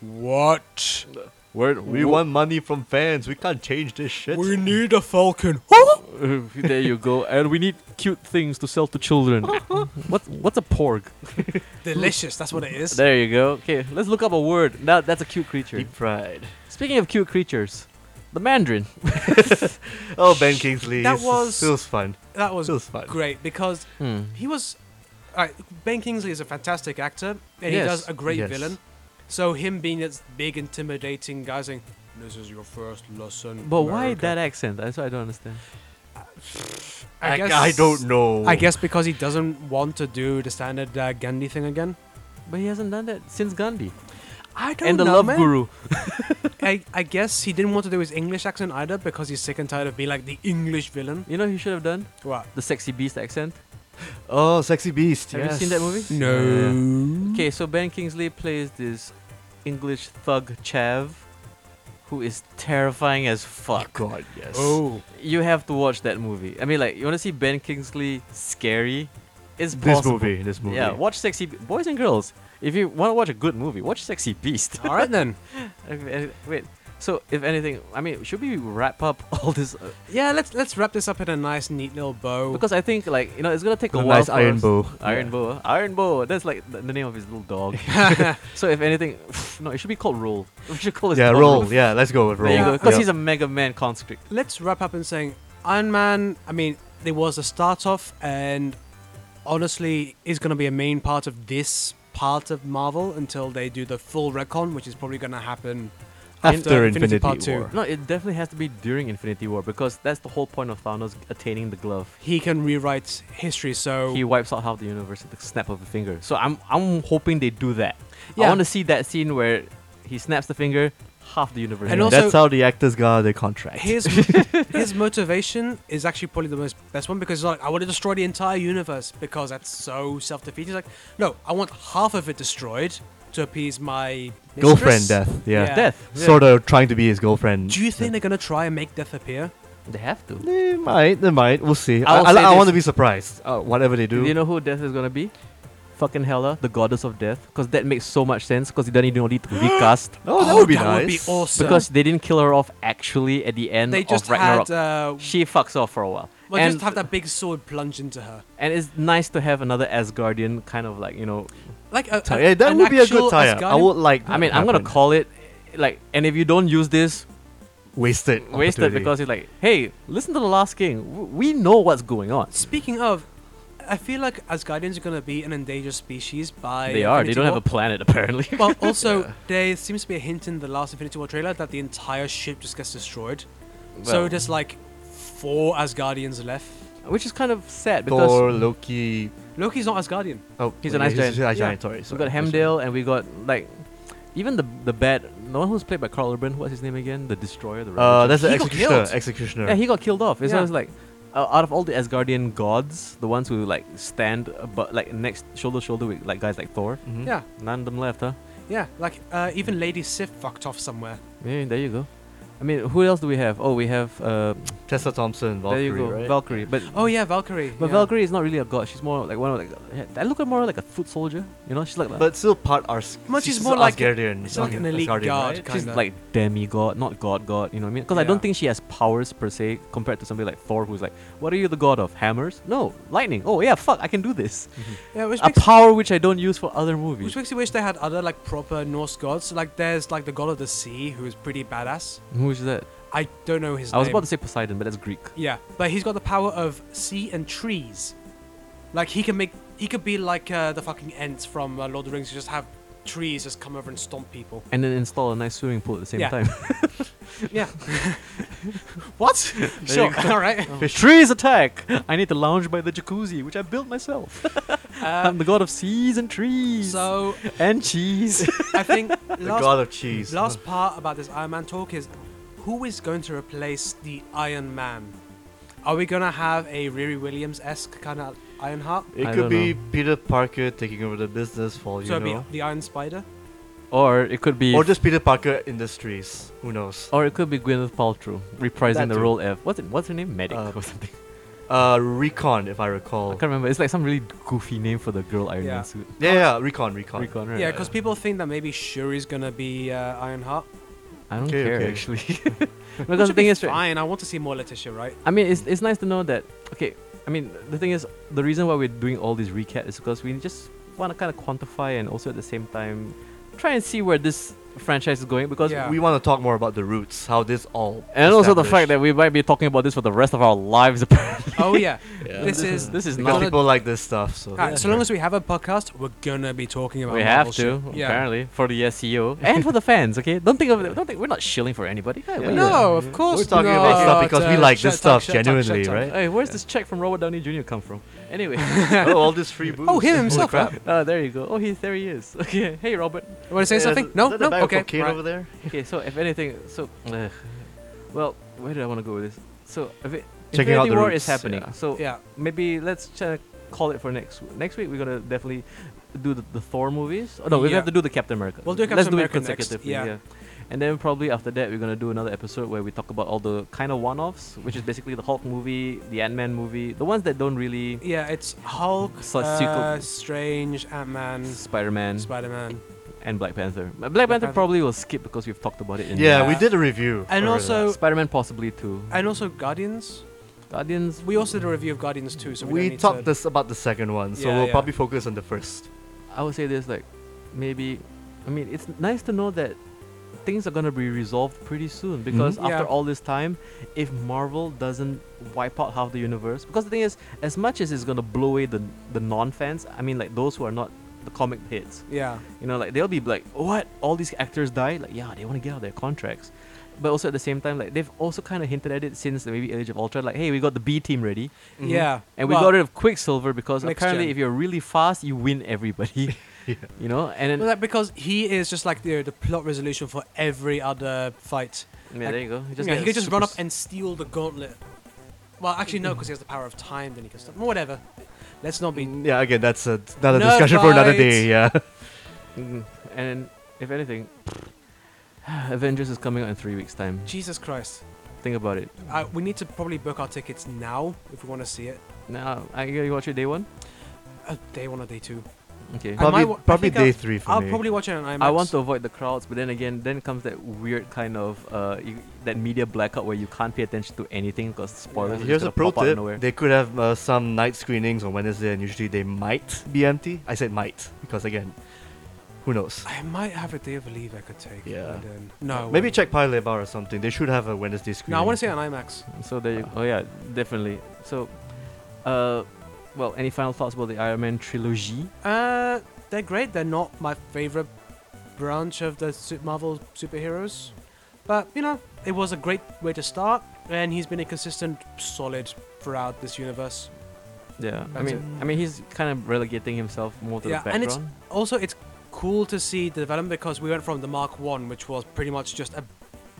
S2: What?
S3: Word,
S1: we want money from fans. We can't change this shit.
S2: We need a Falcon.
S3: there you go. And we need cute things to sell to children. what's what's a porg?
S2: Delicious, that's what it is.
S3: There you go. Okay, let's look up a word. Now that's a cute creature.
S1: Deep fried.
S3: Speaking of cute creatures, the Mandarin.
S1: Oh, Ben Kingsley.
S2: That
S1: he's-
S2: was-
S1: feels fun.
S2: That was
S1: Feels fun.
S2: great because
S3: Hmm.
S2: he was. Alright, ben Kingsley is a fantastic actor, and he
S3: Yes.
S2: does a great
S1: Yes.
S2: villain. So, him being this big, intimidating guy saying, This is your first lesson.
S3: But why
S2: America."
S3: that accent? That's what I don't understand.
S1: I, I don't know.
S2: I guess because he doesn't want to do the standard uh, Gandhi thing again.
S3: But he hasn't done that since Gandhi
S2: I don't
S3: and the
S2: know,
S3: Love
S2: man.
S3: Guru.
S2: I, I guess he didn't want to do his English accent either because he's sick and tired of being like the English villain.
S3: You know who he should have done
S2: What?
S3: the sexy beast accent.
S1: Oh, Sexy Beast.
S3: Have you seen that movie?
S1: Hmm?
S3: Okay, so Ben Kingsley plays this English thug chav, who is terrifying as
S1: Oh,
S3: fuck.
S1: God, yes.
S2: Oh.
S3: You have to watch that movie. I mean, like, you want to see Ben Kingsley scary? It's
S1: this
S3: possible.
S1: movie. This movie.
S3: Yeah, watch sexy B- boys and girls. If you want to watch a good movie, watch Sexy Beast.
S2: All right then.
S3: If any- Wait. So if anything, I mean, should we wrap up all this? Uh,
S1: Oh.
S2: Yeah, let's let's wrap this up in a nice, neat little bow.
S3: because I think like you know it's gonna take
S1: With
S3: a
S1: a
S3: while.
S1: nice
S3: for
S1: iron
S3: us-
S1: bow.
S3: Iron
S1: Yeah.
S3: bow. Iron bow. That's like the, the name of his little dog. so if anything, no, it should be called Roll. We should call it.
S1: Yeah, roll. Yeah, let's go with roll.
S3: There you go.
S2: Yeah.
S3: Because
S1: Yeah.
S3: he's a Mega Man conscript.
S2: let's wrap up in saying Iron Man. I mean, there was a start off, and honestly, is going to be a main part of this part of Marvel until they do the full recon, which is probably going to happen
S1: After Infinity
S2: Part Two.
S1: War.
S3: No, it definitely has to be during Infinity War because that's the whole point of Thanos attaining the glove.
S2: He can rewrite history.
S1: Oh.
S2: So
S3: He wipes out half the universe at the snap of a finger. So I'm I'm hoping they do that. I
S2: Yeah.
S3: want to see that scene where he snaps the finger, half the universe.
S2: And
S3: is
S2: also-
S1: That's how the actors got their contract.
S2: his his motivation is actually probably the most best one because he's like, I want to destroy the entire universe because that's so self defeating. He's like, no, I want half of it destroyed to appease my
S1: girlfriend
S2: mistress."
S1: death. Yeah.
S2: Yeah.
S3: death.
S1: Sort of trying to be his girlfriend.
S2: Do you think they're gonna try and make Death appear?
S3: They have to.
S1: They might. They might. We'll see. I,
S3: I'll
S1: I,
S3: say
S1: I
S3: this.
S1: want to be surprised. Uh, whatever they do.
S3: Do you know who Death is gonna be? Fucking Hela, the goddess of death, because that makes so much sense. Because you don't even need to recast,
S1: oh, that
S2: Oh,
S1: would be
S2: that
S1: nice.
S2: would be awesome.
S3: because they didn't kill her off actually at the end
S2: They
S3: of
S2: just
S3: Ragnarok.
S2: had uh,
S3: she fucks off for a while,
S2: well,
S3: and,
S2: just have that big sword plunge into her.
S3: and it's nice to have another Asgardian kind of like you know.
S2: Like a,
S1: Tie- yeah, that would be a good tie
S2: tire.
S1: I would like.
S3: I mean, I'm gonna call it like, and if you don't use this,
S1: wasted.
S3: wasted
S1: opportunity.
S3: because it's like, hey, listen to the last king. W- We know what's going on.
S2: Speaking of, I feel like Asgardians are gonna be an endangered species by.
S3: They are. They
S2: Infinity
S3: don't have
S2: War.
S3: a planet apparently.
S2: Well, also, there seems to be a hint in the last Infinity War trailer that the entire ship just gets destroyed. so
S3: Well-
S2: there's like four Asgardians left.
S3: Which is kind of sad because
S1: Thor, Loki.
S2: Loki's not Asgardian.
S1: Oh,
S3: He's a
S1: wait,
S3: nice giant.
S1: He's a nice
S3: Yeah.
S1: giant. Sorry.
S3: we
S1: sorry.
S3: got Hemdale and we got like even the the bad the one who's played by Carl Urban. What's his name again? The Destroyer. The
S1: Uh,
S3: Ravager.
S1: that's the
S2: He got
S1: executioner.
S2: killed.
S1: Executioner.
S3: yeah, he got killed off. It's
S2: Yeah.
S3: always like. Uh, out of all the Asgardian gods, the ones who like stand above, like next shoulder to shoulder with like guys like Thor,
S1: Mhm.
S2: Yeah,
S3: none of them left, huh?
S2: yeah. Like uh, even Lady Sif fucked off somewhere.
S3: Yeah, there you go. I mean, who else do we have? Oh, we have uh,
S1: Tessa Thompson. Valkyrie.
S3: there you go,
S1: right?
S3: Valkyrie. But
S2: Oh yeah, Valkyrie.
S3: But
S2: yeah.
S3: Valkyrie is not really a god. She's more like one of like yeah, I look at more like a foot soldier. You know, she's like
S1: But still part Ars.
S2: Much is
S1: she's
S2: more like-
S1: Asgardian.
S2: it's like an
S1: Asgardian,
S2: elite
S1: right?
S2: guard.
S3: she's
S2: kinda.
S3: like demigod, not god god. You know what I mean? Because I
S2: Yeah.
S3: don't think she has powers per se compared to somebody like Thor, who's like, what are you the god of? Hammers? No, lightning. Oh yeah, fuck, I can do this.
S2: yeah, which
S3: A
S2: makes,
S3: power which I don't use for other movies.
S2: which makes you wish they had other like proper Norse gods. Like there's like the god of the sea who is pretty badass.
S3: Who is that?
S2: I don't know his
S3: I was
S2: name.
S3: about to say Poseidon, but that's Greek.
S2: Yeah, but he's got the power of sea and trees. Like he can make, he could be like uh, the fucking Ents from uh, Lord of the Rings, who just have trees just come over and stomp people.
S3: And then install a nice swimming pool at the same
S2: Yeah.
S3: time.
S2: Yeah. what? sure. All right.
S3: Trees attack! I need to lounge by the jacuzzi, which I built myself. I'm
S2: Um,
S3: the god of seas and trees.
S2: so
S3: and cheese.
S2: I think
S1: The
S2: last
S1: god of cheese.
S2: last part about this Iron Man talk is, who is going to replace the Iron Man? Are we gonna have a Riri Williams esque kind of Ironheart?
S1: It
S3: I
S1: could
S3: don't
S1: be Peter Parker taking over the business for you
S2: So it'd
S1: know,
S2: be the Iron Spider.
S3: or it could be
S1: or just Peter Parker Industries. Who knows?
S3: Or it could be Gwyneth Paltrow reprising
S1: That
S3: the
S1: too.
S3: role of what's it, what's her name? Medic
S1: Uh,
S3: or something.
S1: Uh, Recon, if I
S3: I
S1: recall.
S3: can't remember. It's like some really goofy name for the girl Iron
S2: oh. Yeah.
S3: Man suit.
S1: Yeah, yeah, Recon, Recon.
S3: Recon, right?
S2: Yeah, because people think that maybe Shuri's gonna be uh, Ironheart.
S3: I don't
S1: Okay,
S3: care
S1: okay.
S3: actually.
S2: Which
S3: because the
S2: would be
S3: thing is, right,
S2: fine. I want to see more Letitia, right?
S3: I mean, it's it's nice to know that. Okay, I mean, the thing is, the reason why we're doing all this recap is because we just want to kind of quantify and also at the same time try and see where this franchise is going because.
S2: Yeah.
S1: We want to talk more about the roots, how this all.
S3: And also the fact
S1: established.
S3: that we might be talking about this for the rest of our lives, apparently.
S2: Oh yeah.
S1: Yeah.
S2: This is
S3: This is
S1: because
S3: not.
S1: people like this stuff. So
S2: Alright, so long as we have a podcast, we're gonna be talking about.
S3: We
S2: Marvel
S3: have to,
S2: shit. Yeah.
S3: apparently, for the SEO and for the fans. Okay, don't think of it. Don't think we're not shilling for anybody. Hey,
S1: Yeah.
S3: wait.
S2: No, of course
S1: we're talking
S2: not.
S1: about stuff because we
S2: Uh,
S1: like
S2: shut
S1: this
S2: up,
S1: stuff
S2: shut up, shut
S1: genuinely,
S2: up.
S1: right?
S3: Hey, where's this check from Robert Downey Jr. come from? Anyway,
S1: oh, all this free booze.
S2: him himself,
S1: Holy crap.
S3: oh, there you go. Oh, he there he is. Okay, hey Robert.
S2: Want to say
S1: Yeah,
S2: something?
S1: is
S2: No,
S1: that
S2: no.
S1: the bag of
S2: Okay.
S1: cocaine
S2: right.
S1: over there.
S3: Okay, so if anything, so, ugh. well, where do I want to go with this? So, if it,
S1: Checking out
S3: Infinity
S1: the
S3: War
S1: roots,
S3: is happening.
S1: yeah.
S3: So
S2: Yeah.
S3: maybe let's ch- call it for next w- next week. We're gonna definitely do the, the Thor movies. Oh, no, we
S2: Yeah.
S3: have to do the Captain America.
S2: We'll do
S3: let's
S2: Captain
S3: do
S2: America
S3: it
S2: next,
S3: consecutively.
S2: yeah.
S3: yeah. And then probably after that, we're gonna do another episode where we talk about all the kind of one-offs, which is basically the Hulk movie, the Ant-Man movie, the ones that don't really
S2: Yeah, it's Hulk,
S3: So it's sequel-
S2: uh, Strange, Ant Man,
S3: Spider-Man
S2: Spider Man,
S3: and Black Panther. But Black Panther
S2: Panther.
S3: probably will skip because we've talked about it in
S1: Yeah, we
S2: Yeah.
S1: did a review.
S2: And
S1: already.
S2: also-
S3: Spider-Man possibly too.
S2: and also Guardians.
S3: Guardians.
S2: We also did a review of Guardians too, so we, don't
S1: we
S2: need
S1: talked
S2: to-
S1: this about the second one, so
S2: Yeah,
S1: we'll
S2: yeah.
S1: probably focus on the first.
S3: I would say this like, maybe, I mean, it's nice to know that things are gonna be resolved pretty soon because
S2: Mhm.
S3: after
S2: Yeah.
S3: all this time, if Marvel doesn't wipe out half the universe, because the thing is, as much as it's gonna blow away the the non-fans, I mean, like those who are not the comic hits,
S2: Yeah,
S3: you know, like they'll be like, what? All these actors die? Like, yeah, they want to get out of their contracts. But also at the same time, like they've also kind of hinted at it since maybe Age of Ultron. Like, hey, we got the B team ready,
S1: Mhm.
S2: yeah,
S3: Mm-hmm. and we
S2: Well,
S3: got rid of Quicksilver because
S2: next
S3: apparently,
S2: gen.
S3: if you're really fast, you win everybody. You know, and then
S2: Well, that because he is just like the the plot resolution for every other fight.
S3: Yeah,
S2: Like,
S3: there you go. He
S2: You
S3: just
S2: know,
S3: get
S2: he could just
S3: super
S2: run up
S3: s-
S2: and steal the gauntlet. Well, actually
S1: Mm-hmm.
S2: no, because he has the power of time. Then he can stop. Whatever. Let's not be.
S1: Mm, Yeah, again, that's a, another
S2: Nerd
S1: discussion for another
S2: fight.
S1: day. Yeah.
S3: Mm, and if anything, Avengers is coming out in three weeks' time.
S2: Jesus Christ.
S3: Think about it.
S2: Uh, we need to probably book our tickets now if we want to see it.
S3: Now, are you gonna watch it day one?
S2: Uh, day one or day two.
S3: Okay.
S2: I might
S1: Probably,
S2: wa- I
S1: probably
S2: think I'll-
S1: day three for
S2: I'll
S1: me.
S2: probably watch it on IMAX.
S3: I want to avoid the crowds, but then again, then comes that weird kind of uh, you, that media blackout where you can't pay attention to anything because spoilers. are just
S1: Here's a
S3: gonna
S1: pro
S3: pop out of
S1: tip:
S3: nowhere.
S1: they could have uh, some night screenings on Wednesday, and usually they might be empty. I said might because again, who knows?
S2: I might have a day of leave I could take.
S1: Yeah.
S2: and then- no. I
S1: Maybe
S2: won't.
S1: check Mm. Pile Bar or something. They should have a Wednesday screening.
S2: Oh. No, I want to see it on IMAX.
S3: So there you. Oh yeah, definitely. So, uh, well, any final thoughts about the Iron Man trilogy?
S2: Uh, they're great. They're not my favorite branch of the su- Marvel superheroes, but you know, it was a great way to start, and he's been a consistent, solid throughout this universe.
S3: Yeah, I
S2: That's
S3: mean,
S2: it.
S3: I mean, he's kind of relegating himself more to
S2: Yeah,
S3: the
S2: and
S3: background.
S2: it's- Also, it's cool to see the development because we went from the Mark One, which was pretty much just a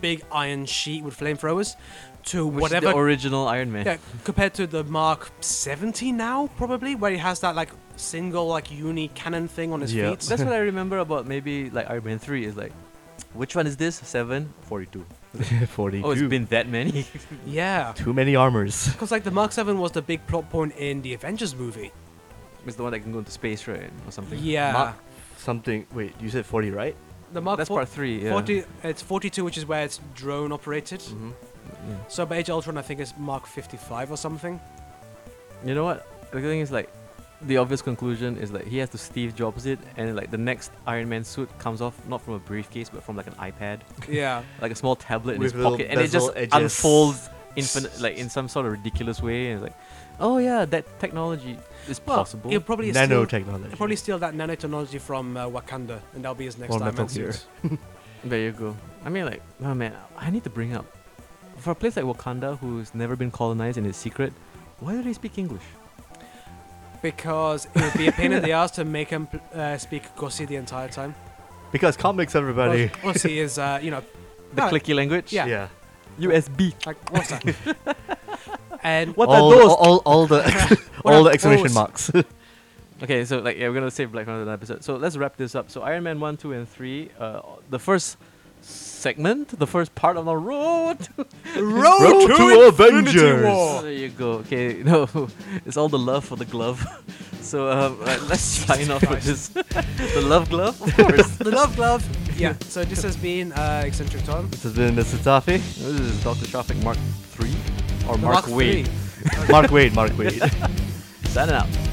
S2: big iron sheet with flamethrowers, to
S3: Which is
S2: whatever
S3: the original Iron Man.
S2: Yeah, compared to the Mark 70 now, probably, where he has that like single like uni cannon thing on his
S1: Yeah.
S2: feet.
S3: That's what I remember about maybe like Iron Man 3 is like, which one is this? 7? 42.
S1: Forty.
S3: Oh, it's been that many?
S2: Yeah.
S1: too many armors.
S2: Because like the Mark 7 was the big plot point in the Avengers movie.
S3: it's the one that can go into space, right? Or something.
S2: Yeah.
S1: Mark- Something. Wait, you said forty, right?
S2: the Mark
S3: That's
S2: four-
S3: part 3, yeah.
S2: 40,
S3: Mm.
S2: it's 42, which is where it's drone operated.
S1: Mm-hmm.
S3: Yeah.
S2: So by Age of Ultron, I think it's Mark 55 or something.
S3: You know what? The thing is like, the obvious conclusion is like he has to Steve Jobs it, and like the next Iron Man suit comes off not from a briefcase but from like an iPad,
S2: Yeah.
S3: like a small tablet in
S1: With
S3: his
S1: little
S3: pocket, and it
S1: bezel
S3: just
S1: edges.
S3: unfolds infinite, like in some sort of ridiculous way, and it's like, oh yeah, that technology is
S2: Well,
S3: possible.
S2: He'll probably steal,
S1: Nanotechnology.
S2: he'll probably steal that nanotechnology from uh, Wakanda, and that'll be his next
S1: Or
S2: Iron
S1: Metal
S2: Man
S1: Gear.
S2: suit.
S3: There you go. I mean, like, oh man, I need to bring up for a place like Wakanda, who's never been colonized and it's secret. Why do they speak English?
S2: Because it would be a pain in the ass to make him pl- uh, speak Gussie the entire time.
S1: because comics, everybody.
S2: Well, Aussie is, uh, you know, No.
S3: The clicky language.
S2: Yeah.
S1: yeah.
S3: USB.
S2: like what's that? and
S3: What
S1: all,
S3: are those?
S1: All, all, all the
S2: What
S1: all
S2: are
S1: the exclamation
S2: those?
S1: marks.
S3: Okay, so like, yeah, we're gonna save Black Panther another episode. So let's wrap this up. So Iron Man one, two, and three. Uh, the first segment, the first part of the road.
S2: Road,
S1: Road to to Infinity Avengers.
S3: Oh, there you go. Okay, no, it's all the love for the glove. So um, right, let's sign off with this. the love glove, of course.
S2: The love glove. Yeah. So this has been uh, eccentric Tom.
S1: this has been Mr. Taffy.
S3: This is Dr. Shopping Mark 3 or Mark,
S2: Mark
S3: Wade.
S2: three.
S1: Mark Wade. Mark Wade.
S3: Signing out.